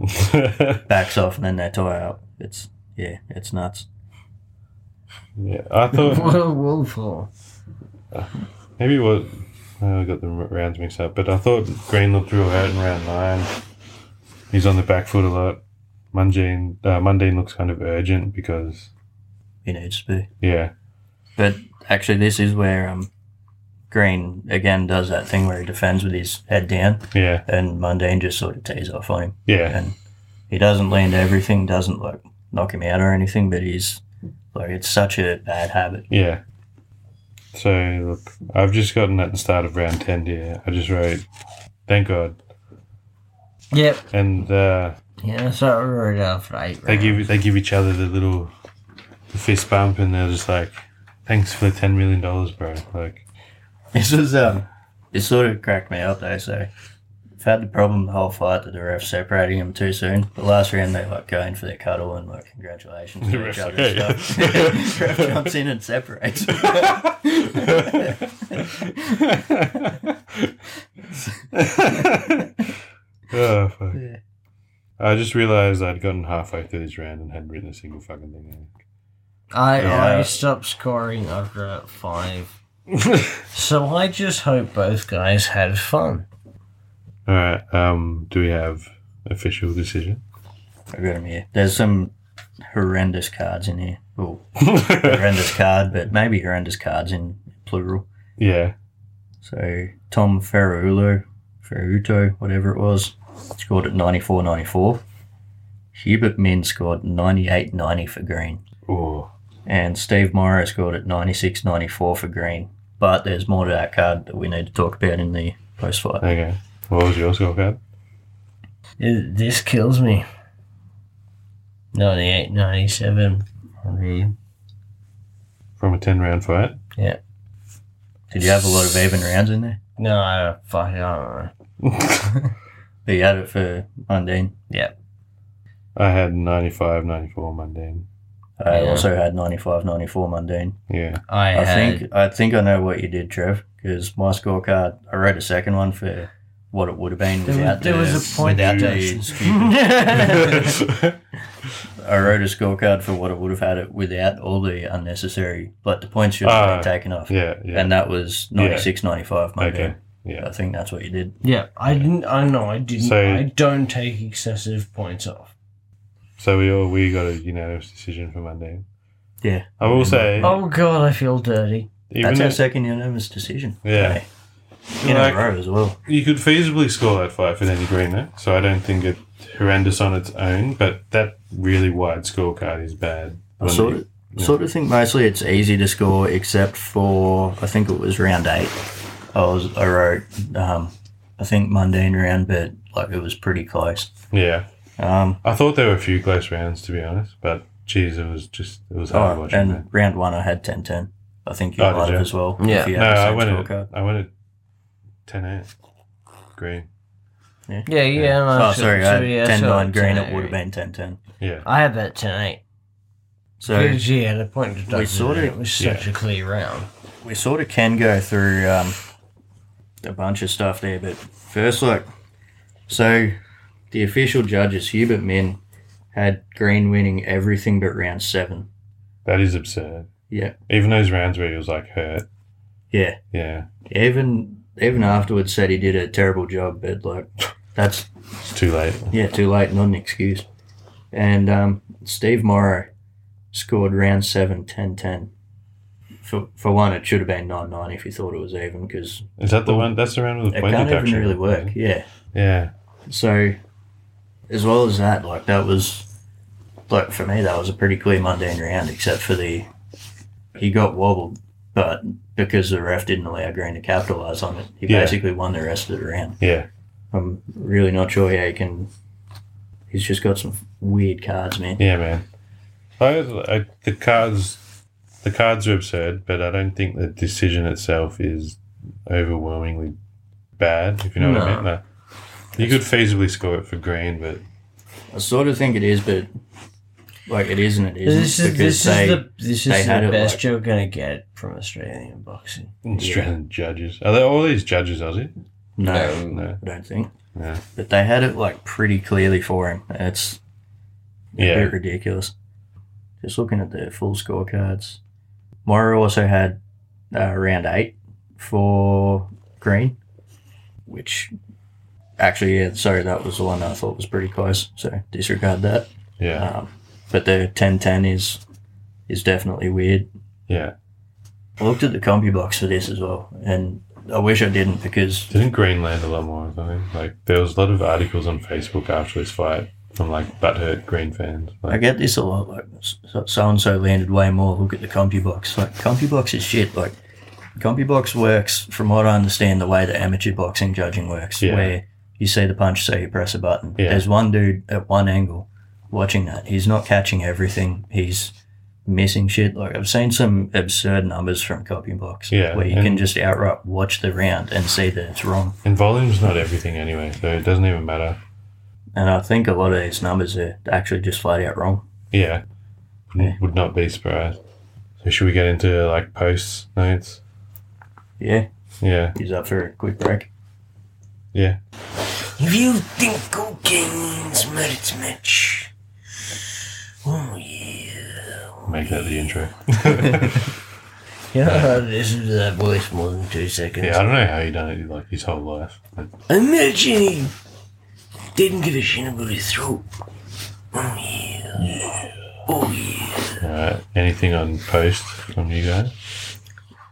Speaker 4: Backs off, and then they tie up. It's yeah, it's nuts.
Speaker 3: yeah. I thought
Speaker 1: What a wool
Speaker 3: maybe it was. oh, I got the r- rounds mixed up, but I thought Green looked real hurt in round nine. He's on the back foot a lot. Mundane, uh, Mundane looks kind of urgent because
Speaker 4: He needs to be.
Speaker 3: yeah,
Speaker 4: But actually, this is where um, Green again does that thing where he defends with his head down,
Speaker 3: yeah,
Speaker 4: and Mundane just sort of tees off on him.
Speaker 3: yeah,
Speaker 4: And he doesn't land everything, doesn't like knock him out or anything, but he's like it's such a bad habit.
Speaker 3: Yeah. So look, I've just gotten at the start of round ten here. I just wrote, "Thank God,"
Speaker 1: Yep.
Speaker 3: and uh,
Speaker 1: Yeah, that's what I wrote after eight.
Speaker 3: they
Speaker 1: rounds.
Speaker 3: give they give each other the little fist bump, and they're just like, "Thanks for the ten million dollars, bro." Like,
Speaker 4: This was um, it sort of cracked me up though. So I've had the problem the whole fight that the ref separating them too soon. But last round they like go in for their cuddle and like congratulations
Speaker 3: The
Speaker 4: to
Speaker 3: ref's
Speaker 4: each other.
Speaker 3: like,
Speaker 4: and
Speaker 3: "Hey."
Speaker 4: stuff. ref jumps in and separates.
Speaker 3: oh fuck!
Speaker 4: Yeah.
Speaker 3: I just realized I'd gotten halfway through this round and hadn't written a single fucking thing. eh?
Speaker 1: I,
Speaker 4: Yeah.
Speaker 1: I stopped scoring after about five.
Speaker 3: down.
Speaker 1: So I just hope both guys had fun.
Speaker 3: All right. Um, do we have official decision?
Speaker 4: I got him here. There's some horrendous cards in here. Well, horrendous card, but maybe horrendous cards in plural.
Speaker 3: yeah.
Speaker 4: So Tom Ferrulo, Ferruto, whatever it was, scored at 94-94. Hubert Min scored 98-90 for Green.
Speaker 3: Oh,
Speaker 4: And Steve Morrow scored at 96-94 for Green. But there's more to that card that we need to talk about in the post fight.
Speaker 3: Okay. What was your scorecard?
Speaker 1: It- this kills me. 98, 97. I mean,
Speaker 3: From a 10 round fight?
Speaker 4: Did you have a lot of even rounds in there?
Speaker 1: No, I, fuck, I don't know.
Speaker 4: But you had it for Mundine.
Speaker 3: I had 95, 94 mundane.
Speaker 4: I
Speaker 1: Yeah.
Speaker 4: also had 95 94 Mundine.
Speaker 3: Yeah.
Speaker 1: I,
Speaker 4: I
Speaker 1: had,
Speaker 4: think I think I know what you did, Trev, because my scorecard. I wrote a second one for what it would have been
Speaker 1: There was-
Speaker 4: without
Speaker 1: there
Speaker 4: the,
Speaker 1: was a point
Speaker 4: without the
Speaker 1: deduction.
Speaker 4: stupid-
Speaker 3: yeah.
Speaker 4: I wrote a scorecard for what it would have had it without all the unnecessary, like the points should have been
Speaker 3: Ah,
Speaker 4: taken off,
Speaker 3: Yeah.
Speaker 4: and that was 96 95 Mundine.
Speaker 3: Okay. Yeah.
Speaker 4: I think that's what you did.
Speaker 1: yeah, I didn't, I know, I didn't,
Speaker 3: So-
Speaker 1: I don't take excessive points off.
Speaker 3: So we all we got a unanimous decision for mundane.
Speaker 4: Yeah.
Speaker 3: I will say,
Speaker 1: Oh god, I feel dirty.
Speaker 3: even
Speaker 4: Mm-hmm. that's our
Speaker 3: though-
Speaker 4: second unanimous decision.
Speaker 3: Yeah.
Speaker 4: In
Speaker 3: like,
Speaker 4: a row as well.
Speaker 3: You could feasibly score that fight for Danny Greener, so I don't think it's horrendous on its own, but that really wide scorecard is bad.
Speaker 4: I sort of,
Speaker 3: Yeah.
Speaker 4: sort of think mostly it's easy to score, except for I think it was round eight. I was I wrote um, I think mundane round, but like it was pretty close.
Speaker 3: Yeah.
Speaker 4: Um,
Speaker 3: I thought there were a few close rounds, to be honest, but geez, it was just, it was hard
Speaker 4: oh,
Speaker 3: watching.
Speaker 4: and
Speaker 3: that.
Speaker 4: round one I had 10-10. I think you
Speaker 3: Oh, did
Speaker 4: might
Speaker 3: you?
Speaker 4: have as well.
Speaker 1: Yeah.
Speaker 4: if you
Speaker 3: No,
Speaker 4: had the
Speaker 3: I
Speaker 4: same
Speaker 3: went,
Speaker 4: scorecard.
Speaker 3: at, I went at 10 8. Green.
Speaker 1: Yeah, yeah.
Speaker 4: Oh, sorry, I had 10 9 green. It would have
Speaker 1: been.
Speaker 4: been 10 10.
Speaker 3: Yeah.
Speaker 1: I had that tonight.
Speaker 4: So
Speaker 1: Because, yeah, the point of deduction.
Speaker 4: sorta-
Speaker 1: it was such a clear round.
Speaker 4: we sort of can go through um, a bunch of stuff there, but first, look. So, the official judges, Hubert Min, had Green winning everything but round seven.
Speaker 3: That is absurd.
Speaker 4: Yeah.
Speaker 3: Even those rounds where he was like hurt.
Speaker 4: Yeah.
Speaker 3: Yeah.
Speaker 4: Even even afterwards said he did a terrible job, but like, that's,
Speaker 3: It's too late.
Speaker 4: yeah, too late, not an excuse. And um, Steve Morrow scored round seven, 10 10. For, for one, it should have been 9 9 if you thought it was even because
Speaker 3: Is that the one? That's the round with the
Speaker 4: it
Speaker 3: point
Speaker 4: can't
Speaker 3: deduction.
Speaker 4: even really work. Yeah.
Speaker 3: Yeah.
Speaker 4: So, as well as that, like that was, like for me, that was a pretty clear mundane round, except for the he got wobbled, but because the ref didn't allow Green to capitalize on it, he
Speaker 3: Yeah.
Speaker 4: basically won the rest of the round.
Speaker 3: Yeah.
Speaker 4: I'm really not sure how he can. He's just got some weird cards, man.
Speaker 3: Yeah, man. I, I, the cards, the cards are absurd, but I don't think the decision itself is overwhelmingly bad. If you know what I
Speaker 1: No.
Speaker 3: mean. No. You could feasibly score it for green, but
Speaker 4: I sort of think it is, but like it is and it isn't
Speaker 1: This is this
Speaker 4: because they
Speaker 1: is the this
Speaker 4: they
Speaker 1: is
Speaker 4: had
Speaker 1: the
Speaker 4: it
Speaker 1: best
Speaker 4: like-
Speaker 1: you're gonna get from Australian boxing.
Speaker 3: Australian judges are they all these judges Aussie?
Speaker 4: no,
Speaker 3: No.
Speaker 4: I don't think.
Speaker 3: No.
Speaker 4: But they had it like pretty clearly for him. It's
Speaker 3: Yeah.
Speaker 4: a bit ridiculous. Just looking at the full scorecards, Morrow also had uh, round eight for Green, which actually, yeah, sorry, that was the one I thought was pretty close, so disregard that.
Speaker 3: Yeah.
Speaker 4: Um, but the 10 10 is, is definitely weird.
Speaker 3: Yeah.
Speaker 4: I looked at the CompuBox for this as well, and I wish I didn't because,
Speaker 3: Didn't Green land a lot more? I think. Like there was a lot of articles on Facebook after this fight from like butthurt Green fans.
Speaker 4: I
Speaker 3: Like,
Speaker 4: get this a lot. Like, so and so landed way more. Look at the CompuBox. Like, CompuBox is shit. Like, CompuBox works, from what I understand, the way that amateur boxing judging works,
Speaker 3: Yeah.
Speaker 4: where you see the punch, so you press a button.
Speaker 3: Yeah.
Speaker 4: There's one dude at one angle watching that. He's not catching everything. He's missing shit. Like, I've seen some absurd numbers from CompuBox
Speaker 3: Yeah,
Speaker 4: where you
Speaker 3: and-
Speaker 4: can just outright watch the round and see that it's wrong.
Speaker 3: and volume's not everything anyway, so it doesn't even matter.
Speaker 4: And I think a lot of these numbers are actually just flat out wrong.
Speaker 3: Yeah.
Speaker 4: Yeah.
Speaker 3: Would not be surprised. So should we get into like posts notes?
Speaker 4: Yeah.
Speaker 3: Yeah.
Speaker 4: He's up for a quick break.
Speaker 3: Yeah.
Speaker 1: If you think cocaine's merits match, oh yeah.
Speaker 3: Make that the intro.
Speaker 1: You know uh, how to listen to that voice more than two seconds.
Speaker 3: Yeah, I don't know how he done it like his whole life. But
Speaker 1: Imagine he didn't give a shit about his throat. Oh yeah. Oh yeah.
Speaker 3: alright. uh, Anything on post from you guys?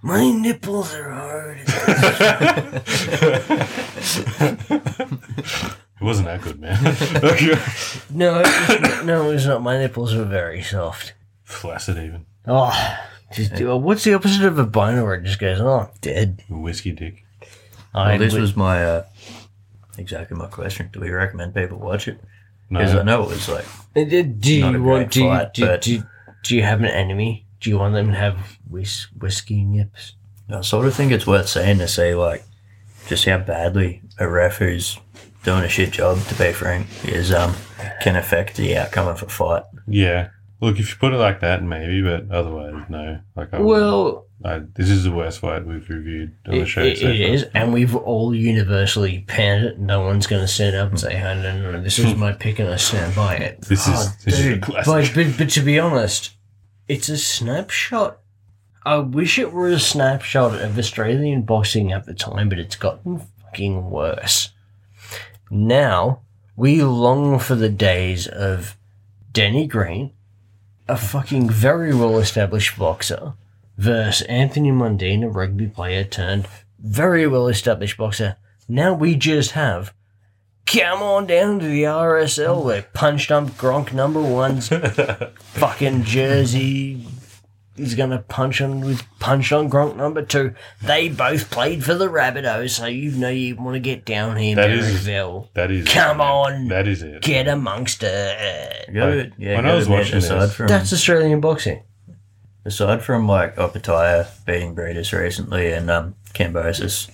Speaker 1: My nipples are hard.
Speaker 3: It wasn't that good, man. Okay.
Speaker 1: no, it was, no, it was not. My nipples were very soft.
Speaker 3: Flaccid even.
Speaker 1: Oh, Just, well, what's the opposite of a boner where it just goes, oh, I'm dead?
Speaker 3: Whiskey dick.
Speaker 1: I
Speaker 4: Well, this
Speaker 1: would-
Speaker 4: was my uh, exactly my question. Do we recommend people watch it?
Speaker 3: No.
Speaker 4: Because I know it was like
Speaker 1: Uh, Do do
Speaker 4: Not a
Speaker 1: you want
Speaker 4: great
Speaker 1: do, you
Speaker 4: fight,
Speaker 1: do,
Speaker 4: but-
Speaker 1: do, do you have an enemy? Do you want them to have whis- whiskey nips?
Speaker 4: I sort of think it's worth saying to say like just how badly a ref who's doing a shit job, to be frank, is um can affect the outcome of a fight.
Speaker 3: Yeah. Look, if you put it like that, maybe, but otherwise, no. Like, I wouldn't-
Speaker 1: Well,
Speaker 3: I, this is the worst fight we've reviewed on the
Speaker 1: it,
Speaker 3: show.
Speaker 1: it- it
Speaker 3: so far.
Speaker 1: is, and we've all universally panned it. No one's going to stand up and say, "Hey, no, no, no, this is my pick, and I stand by it."
Speaker 3: Hmm. This is- this is a classic.
Speaker 1: But, but, but to be honest, it's a snapshot. I wish it were a snapshot of Australian boxing at the time, but it's gotten fucking worse. Now we long for the days of Danny Green, a fucking very well established boxer, versus Anthony Mundine, a rugby player turned very well established boxer. Now we just have come on down to the RSL
Speaker 3: Oh.
Speaker 1: where punched up Gronk number one's fucking jersey. He's gonna punch on with punched on Gronk number two. They both played for the Rabbitohs, so you know you want to get down here,
Speaker 3: That is-
Speaker 1: Merrickville.
Speaker 3: That is.
Speaker 1: Come on.
Speaker 3: That is it.
Speaker 1: Get amongst it.
Speaker 4: Go
Speaker 3: Like,
Speaker 4: to- yeah,
Speaker 3: when
Speaker 4: go
Speaker 3: I was
Speaker 4: to bed
Speaker 3: watching
Speaker 4: aside
Speaker 3: this-
Speaker 4: from
Speaker 1: That's Australian boxing.
Speaker 4: aside from like Opataya beating Breeders recently and um Cambosis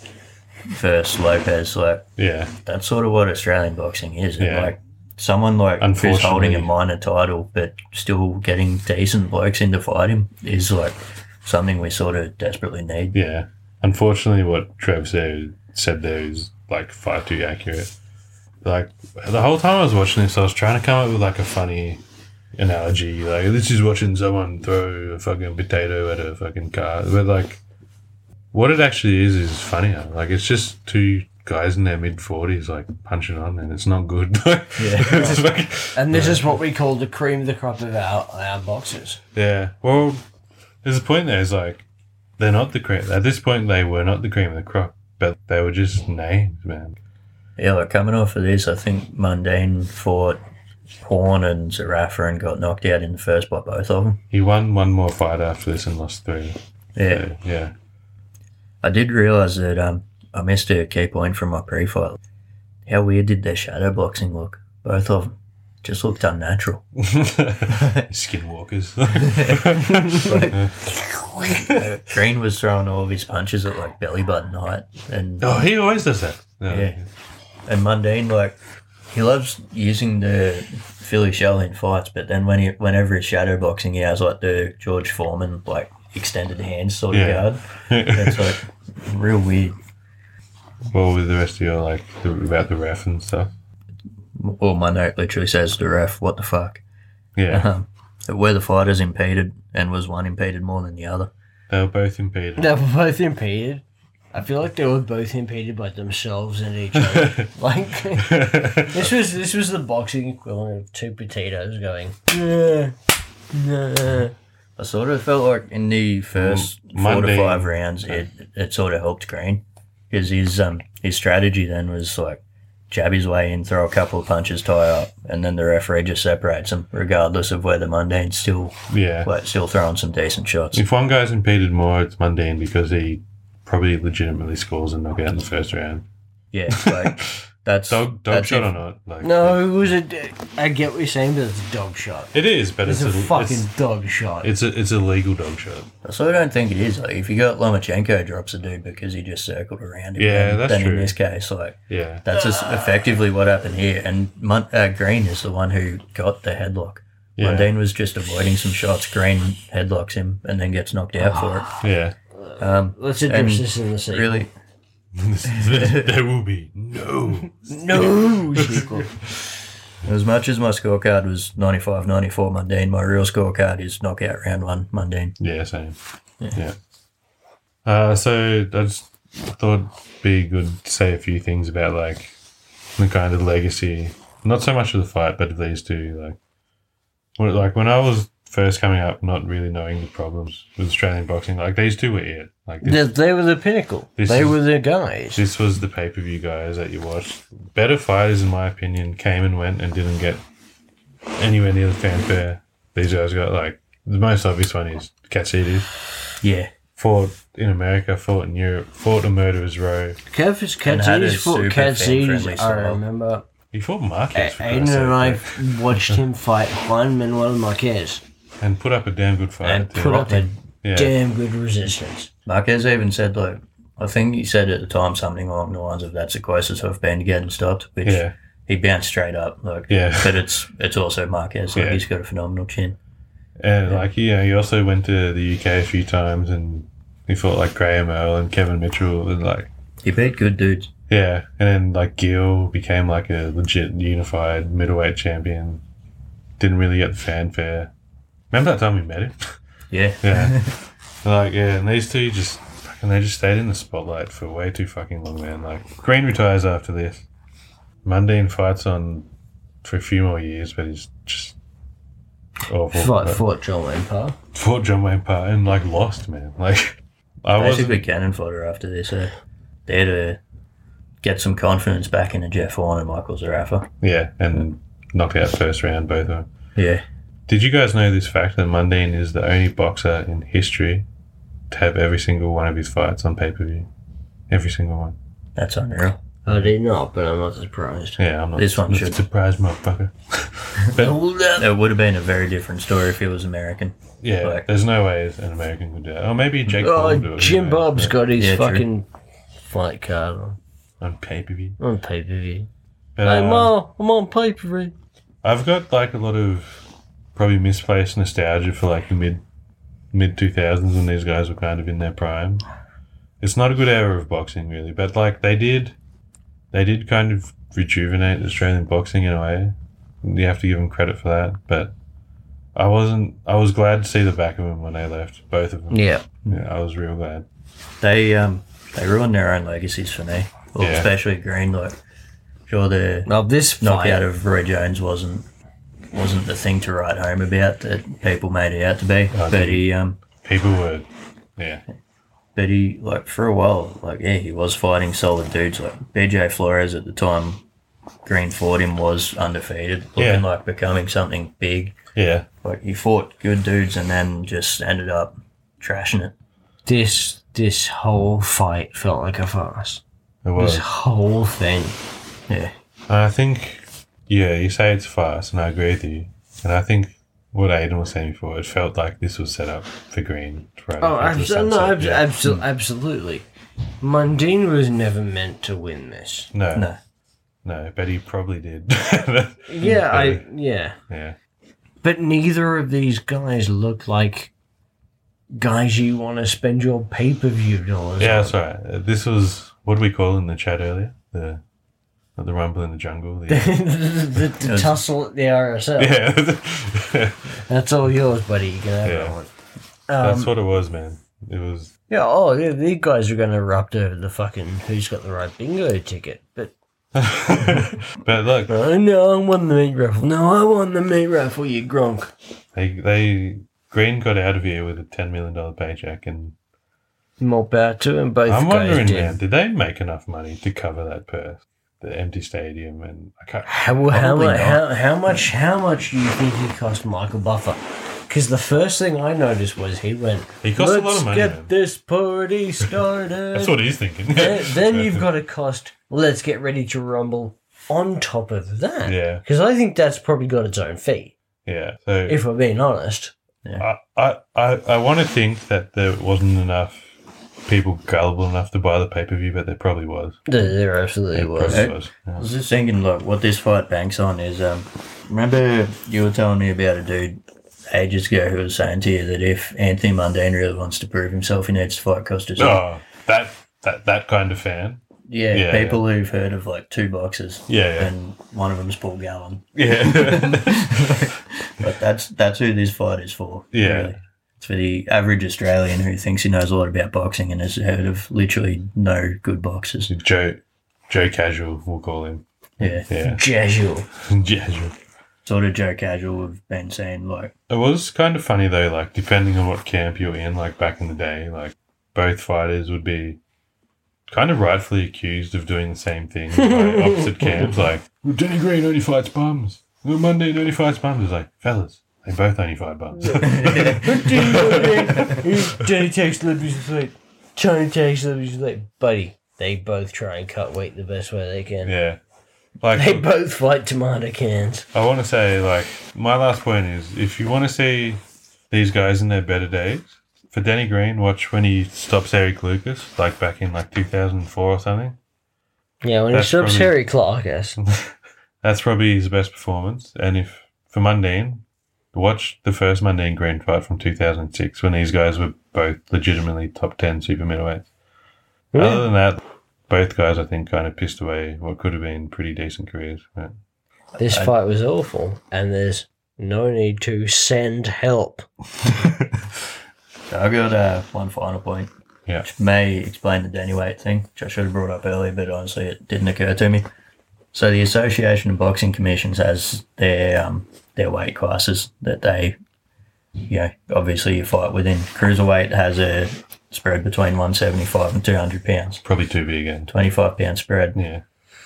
Speaker 4: versus Lopez, like
Speaker 3: Yeah.
Speaker 4: that's sort of what Australian boxing is. and,
Speaker 3: Yeah.
Speaker 4: Like someone like who's
Speaker 3: Unfortunately.
Speaker 4: holding a minor title but still getting decent blokes in to fight him is like something we sort of desperately need.
Speaker 3: Yeah. Unfortunately, what Trev said, said there is like far too accurate. Like the whole time I was watching this, I was trying to come up with like a funny analogy. Like this is watching someone throw a fucking potato at a fucking car, but like what it actually is is funnier. Like it's just two guys in their mid forties like punching on, and it's not good. yeah, it's like,
Speaker 1: And this is what we call the cream of the crop of our, our boxers.
Speaker 3: yeah. Well, there's a point there. It's like they're not the cream. At this point, they were not the cream of the crop, but they were just names, man.
Speaker 4: Yeah, like coming off of this, I think Mundane fought Horn and Zarafa and got knocked out in the first by both of them.
Speaker 3: He won one more fight after this and lost three.
Speaker 4: Yeah.
Speaker 3: So, yeah.
Speaker 4: I did realise that um, I missed a key point from my pre fight. How weird did their shadow boxing look? Both of them just looked unnatural.
Speaker 3: Skinwalkers.
Speaker 4: Green was throwing all of his punches at like belly button height, and
Speaker 3: oh, he always does that. No.
Speaker 4: Yeah. and Mundine like he loves using the Philly shell in fights, but then when he whenever he's shadow boxing, he has like the George Foreman like extended hand sort of
Speaker 3: Yeah.
Speaker 4: guard. It's like real weird.
Speaker 3: What was the rest of your, like, the, about the ref and stuff?
Speaker 4: Well, my note literally says the ref, what the fuck?
Speaker 3: Yeah.
Speaker 1: Uh-huh.
Speaker 4: Um, were the fighters impeded and was one impeded more than the other?
Speaker 3: They were both impeded.
Speaker 1: They were both impeded. I feel like they were both impeded by themselves and each other. like this was this was the boxing equivalent of two potatoes going. "Nah, nah."
Speaker 4: I sort of felt like in the first four
Speaker 3: Monday-
Speaker 4: to five rounds, it, it sort of helped Green because his um his strategy then was like jab his way in, throw a couple of punches, tie up, and then the referee just separates them, regardless of whether Mundane's still
Speaker 3: yeah.
Speaker 4: like still throwing some decent shots.
Speaker 3: If one guy's impeded more, it's mundane because he probably legitimately scores a knockout in the first round.
Speaker 4: Yeah, like that's
Speaker 3: Dog, dog
Speaker 4: that's
Speaker 3: shot
Speaker 4: if-
Speaker 3: or not? Like,
Speaker 1: No, it was a. I get what you're saying, but it's a dog shot.
Speaker 3: It is, but
Speaker 1: It's
Speaker 3: it's,
Speaker 1: a
Speaker 3: Ill-
Speaker 1: fucking
Speaker 3: It's,
Speaker 1: dog shot.
Speaker 3: it's a it's a legal dog shot.
Speaker 4: I sort of don't think it is. Like if you got Lomachenko drops a dude because he just circled around him.
Speaker 3: Yeah,
Speaker 4: then-
Speaker 3: that's
Speaker 4: then
Speaker 3: true.
Speaker 4: in this case, like
Speaker 3: Yeah.
Speaker 4: That's just
Speaker 3: Ah.
Speaker 4: effectively what happened here. And Mun- uh, Green is the one who got the headlock.
Speaker 3: Yeah.
Speaker 4: Mundine was just avoiding some shots. Green headlocks him and then gets knocked out for
Speaker 3: Yeah.
Speaker 4: it. Um,
Speaker 1: Let's address
Speaker 4: and
Speaker 1: this in the sequel.
Speaker 4: really,
Speaker 3: there will be no.
Speaker 1: No sequel.
Speaker 4: as much as my scorecard was 95 94 Mundine, my real scorecard is knockout round one Mundine.
Speaker 3: Yeah, same. Yeah. Uh, so I just thought it'd be good to say a few things about like the kind of legacy, not so much of the fight, but of these two. Like, when, like when I was first coming up, not really knowing the problems with Australian boxing, like these two were it. Like this,
Speaker 1: they, they were the pinnacle.
Speaker 3: This
Speaker 1: They
Speaker 3: is-
Speaker 1: were the guys.
Speaker 3: this was the pay per view guys that you watched. Better fighters, in my opinion, came and went and didn't get anywhere near the fanfare these guys got. Like the most obvious one is Katsidis.
Speaker 4: Yeah.
Speaker 3: Fought in America, fought in Europe, fought in Murderers Row.
Speaker 1: Curvis
Speaker 4: And had a
Speaker 1: Cadzi's fought
Speaker 4: super
Speaker 1: Cadzi's,
Speaker 4: fan-friendly
Speaker 1: I
Speaker 4: style.
Speaker 1: remember.
Speaker 3: He fought Marcus. for
Speaker 1: Aiden
Speaker 3: Christ's
Speaker 1: and I
Speaker 3: sake,
Speaker 1: watched him fight Juan Manuel Marquez
Speaker 3: mate. and put up a damn good fight.
Speaker 1: and
Speaker 3: too.
Speaker 1: put up a
Speaker 3: yeah.
Speaker 1: damn good resistance.
Speaker 4: Marquez even said, like, I think he said at the time something along the lines of that's the closest I've been to getting stopped, which
Speaker 3: yeah,
Speaker 4: he bounced straight up. Like,
Speaker 3: Yeah.
Speaker 4: But it's it's also Marquez. Like,
Speaker 3: Yeah.
Speaker 4: He's got a phenomenal chin.
Speaker 3: and like you know, he also went to the UK a few times, and he fought like Graham Earl and Kevin Mitchell, and like
Speaker 4: He beat good dudes.
Speaker 3: yeah, and then like Gill became like a legit unified middleweight champion. Didn't really get the fanfare. Remember that time we met him?
Speaker 4: Yeah.
Speaker 3: Yeah. like, yeah, and these two just fucking, they just stayed in the spotlight for way too fucking long, man. Like, Green retires after this. Mundine fights on for a few more years, but he's just awful.
Speaker 1: Fought,
Speaker 3: But
Speaker 1: fought Joel Empire.
Speaker 3: fought John Wayne Parr and, like, lost, man. Like, I was.
Speaker 4: Basically, cannon fodder after this. Uh, there to get some confidence back into Jeff Horn and Michael Zarafa.
Speaker 3: Yeah, and knocked out first round, both of them.
Speaker 4: Yeah.
Speaker 3: Did you guys know this fact that Mundine is the only boxer in history to have every single one of his fights on pay per view? Every single one.
Speaker 4: That's unreal.
Speaker 1: I did not, but I'm not surprised.
Speaker 3: Yeah, I'm not,
Speaker 4: This one
Speaker 3: not
Speaker 4: should.
Speaker 3: surprised, motherfucker.
Speaker 4: It would have been a very different story if he was American.
Speaker 3: Yeah,
Speaker 4: Like-
Speaker 3: there's no way an American could do that. Or maybe Jake Paul would do
Speaker 1: Oh,
Speaker 3: it.
Speaker 1: Jim Bob's
Speaker 3: Bob's
Speaker 1: got his
Speaker 4: Yeah, true.
Speaker 1: fucking fight card on,
Speaker 3: on pay per view.
Speaker 1: on pay per view.
Speaker 3: But
Speaker 1: hey,
Speaker 3: um,
Speaker 1: Ma, I'm on pay per view.
Speaker 3: I've got like a lot of probably misplaced nostalgia for like the mid mid two thousands when these guys were kind of in their prime. It's not a good era of boxing really, but like they did, they did kind of rejuvenate Australian boxing in a way. You have to give them credit for that, but I wasn't. I was glad to see the back of them when they left, both of them.
Speaker 1: Yeah.
Speaker 3: yeah I was real glad.
Speaker 4: They um they ruined their own legacies for me. Well,
Speaker 3: Yeah.
Speaker 4: especially Green. Like, sure the
Speaker 1: Now, this fight.
Speaker 4: knockout of Roy Jones wasn't wasn't the thing to write home about that people made it out to be.
Speaker 3: Oh,
Speaker 4: but
Speaker 3: did
Speaker 4: he um
Speaker 3: People were, yeah.
Speaker 4: but he like for a while like yeah he was fighting solid dudes like BJ Flores at the time. Green fought him was undefeated, looking
Speaker 3: Yeah.
Speaker 4: like becoming something big.
Speaker 3: Yeah,
Speaker 4: Like he fought good dudes and then just ended up trashing it.
Speaker 1: this this whole fight felt like a farce.
Speaker 3: it
Speaker 1: This
Speaker 3: was.
Speaker 1: whole thing.
Speaker 4: Yeah,
Speaker 3: I think, yeah, you say it's fast, and I agree with you. And I think what Aiden was saying before, it felt like this was set up for Green. to ride
Speaker 1: Oh,
Speaker 3: off into the
Speaker 1: abso- no,
Speaker 3: sunset,
Speaker 1: abso-
Speaker 3: yeah.
Speaker 1: abso- absolutely. Mundine was never meant to win this.
Speaker 3: no, no,
Speaker 4: no,
Speaker 3: but he probably did.
Speaker 1: Yeah, I yeah.
Speaker 3: yeah,
Speaker 1: But neither of these guys look like guys you want to spend your pay per view dollars.
Speaker 3: yeah,
Speaker 1: on.
Speaker 3: that's right. Uh, This was what did we call in the chat earlier the not the rumble in the jungle. The,
Speaker 1: the, the tussle at the RSL.
Speaker 3: yeah,
Speaker 1: That's all yours, buddy. You can have
Speaker 3: Yeah.
Speaker 1: that one.
Speaker 3: that's what it was, man. It was
Speaker 1: Yeah, oh, yeah, these guys are going to erupt over the fucking who's got the right bingo ticket. But
Speaker 3: but look,
Speaker 1: oh, no, I won the meat raffle. No, I won the meat raffle, you gronk.
Speaker 3: they they Green got out of here with a ten million dollar paycheck and.
Speaker 1: More power to them, both
Speaker 3: I'm
Speaker 1: guys
Speaker 3: wondering,
Speaker 1: did.
Speaker 3: man, did they make enough money to cover that purse, the empty stadium, and I can't.
Speaker 1: How, how,
Speaker 4: Probably
Speaker 1: mu-
Speaker 4: not.
Speaker 1: how, how much how much do you think he cost Michael Buffer? Because the first thing I noticed was he went.
Speaker 3: He cost a
Speaker 1: Let's
Speaker 3: lot of money,
Speaker 1: get
Speaker 3: man."
Speaker 1: this party started.
Speaker 3: That's what he's thinking.
Speaker 1: then, then you've got to cost. Let's get ready to rumble. On top of that,
Speaker 3: Yeah.
Speaker 1: because I think that's probably got its own fee.
Speaker 3: yeah. So
Speaker 1: If we're being honest,
Speaker 3: I, I, I, I want to think that there wasn't enough people gullible enough to buy the pay per view, but there probably was.
Speaker 1: there, there absolutely
Speaker 3: There
Speaker 1: was.
Speaker 3: probably was.
Speaker 4: I
Speaker 3: Yeah.
Speaker 4: was just thinking, like, what this fight banks on is, um, remember you were telling me about a dude ages ago who was saying to you that if Anthony Mundine really wants to prove himself, he needs to fight Costa Rica.
Speaker 3: Oh, that that that kind of fan.
Speaker 4: yeah,
Speaker 3: yeah,
Speaker 4: people who've heard of like two boxers,
Speaker 3: Yeah, yeah.
Speaker 4: and one of them's Paul Gallen.
Speaker 3: Yeah.
Speaker 4: But that's that's who this fight is for.
Speaker 3: Yeah.
Speaker 4: It's for the average Australian who thinks he knows a lot about boxing and has heard of literally no good boxers.
Speaker 3: Joe, Joe Casual, we'll call him.
Speaker 4: Yeah,
Speaker 3: Yeah,
Speaker 1: Casual.
Speaker 3: Casual.
Speaker 4: sort of Joe Casual have been saying like,
Speaker 3: It was kind of funny though, like depending on what camp you're in, like back in the day, like both fighters would be kind of rightfully accused of doing the same thing by opposite camps. Like, well, Danny Green only fights bums. Well, Monday only fights bums. It's like, fellas, They both only five bucks.
Speaker 1: Johnny takes liberties with weight. Johnny takes liberties with weight. Buddy, they both try and cut weight the best way they can.
Speaker 3: yeah.
Speaker 1: They
Speaker 3: Like
Speaker 1: both fight tomato cans.
Speaker 3: I want to say, like my last point is, if you want to see these guys in their better days, for Danny Green, watch when he stops Eric Lucas, like back in like 2004 or something.
Speaker 1: Yeah, when he
Speaker 3: That's
Speaker 1: stops
Speaker 3: probably-
Speaker 1: Harry Clark, yes.
Speaker 3: That's probably his best performance. And if for Mundine, watch the first Mundine Grand fight from 2006 when these guys were both legitimately top 10 super middleweights. Other than that, both guys I think kind of pissed away what could have been pretty decent careers. But
Speaker 1: This fight was awful, and there's no need to send help.
Speaker 4: So I've got uh, one final point.
Speaker 3: yeah,
Speaker 4: which may explain the Danny Waite thing, which I should have brought up earlier, but honestly, it didn't occur to me. So the Association of Boxing Commissions has their um, their weight classes that they, you know, obviously you fight within. Cruiserweight has a spread between 175 and 200 pounds,
Speaker 3: probably too big and
Speaker 4: 25 pound spread,
Speaker 3: yeah,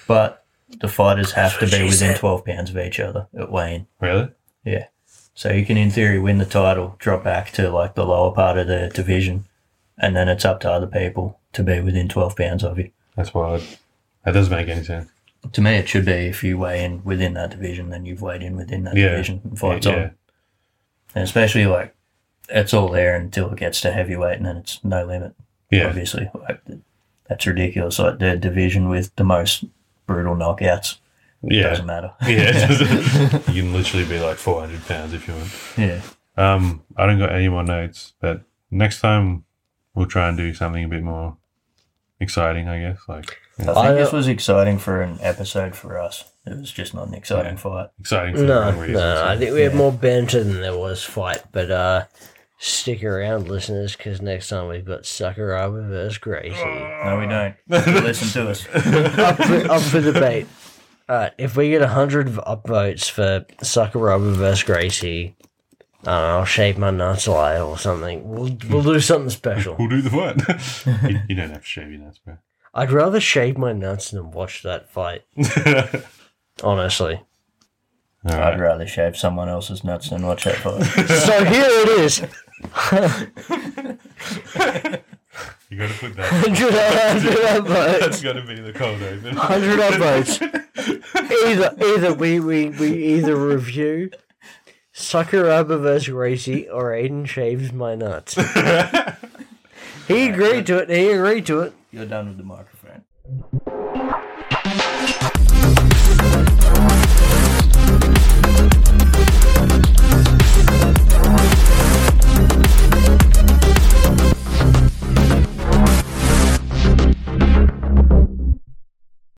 Speaker 4: but the fighters have to
Speaker 1: what
Speaker 4: be
Speaker 1: she
Speaker 4: within
Speaker 1: said.
Speaker 4: 12 pounds of each other at weigh-in.
Speaker 3: really.
Speaker 4: Yeah. So you can, in theory, win the title, drop back to like the lower part of the division, and then it's up to other people to be within 12 pounds of you.
Speaker 3: That's wild. That doesn't make any sense.
Speaker 4: To me, it should be if you weigh in within that division, then you've weighed in within that
Speaker 3: Yeah.
Speaker 4: division and
Speaker 3: Yeah,
Speaker 4: fights
Speaker 3: yeah.
Speaker 4: on. And especially like it's all there until it gets to heavyweight, and then it's no limit,
Speaker 3: yeah.
Speaker 4: obviously. Like, that's ridiculous. Like the division with the most brutal knockouts
Speaker 3: yeah.
Speaker 4: doesn't matter.
Speaker 3: Yeah. you can literally be like 400 pounds if you want.
Speaker 4: yeah.
Speaker 3: Um, I don't got any more notes, but next time we'll try and do something a bit more exciting, I guess. Like
Speaker 4: I uh, think
Speaker 1: I-
Speaker 4: this was exciting for an episode for us. It was just not an exciting fight.
Speaker 3: exciting for
Speaker 1: No,
Speaker 3: no, reasons.
Speaker 1: no, I think we had more banter than there was fight, but uh, stick around, listeners, because next time we've got Sakuraba versus Gracie.
Speaker 4: No, we don't. Listen to us.
Speaker 1: up, for, up for debate. All right, if we get 100 v- upvotes for Sakuraba versus Gracie, I don't know, I'll shave my nuts alive or something. We'll, we'll do something special.
Speaker 3: We'll do the fight. you, you don't have to shave your nuts, bro.
Speaker 1: I'd rather shave my nuts than watch that fight, honestly.
Speaker 3: All
Speaker 4: I'd
Speaker 3: right.
Speaker 4: rather shave someone else's nuts than watch that fight.
Speaker 2: So here it is.
Speaker 3: You gotta put that.
Speaker 2: 100 upvotes.
Speaker 3: That's gotta be the cold open.
Speaker 2: 100 upvotes.
Speaker 1: Either, either we, we, we either review Sakuraba versus Gracie or Aiden shaves my nuts. he agreed to it. He agreed to it.
Speaker 4: You're done with the microphone.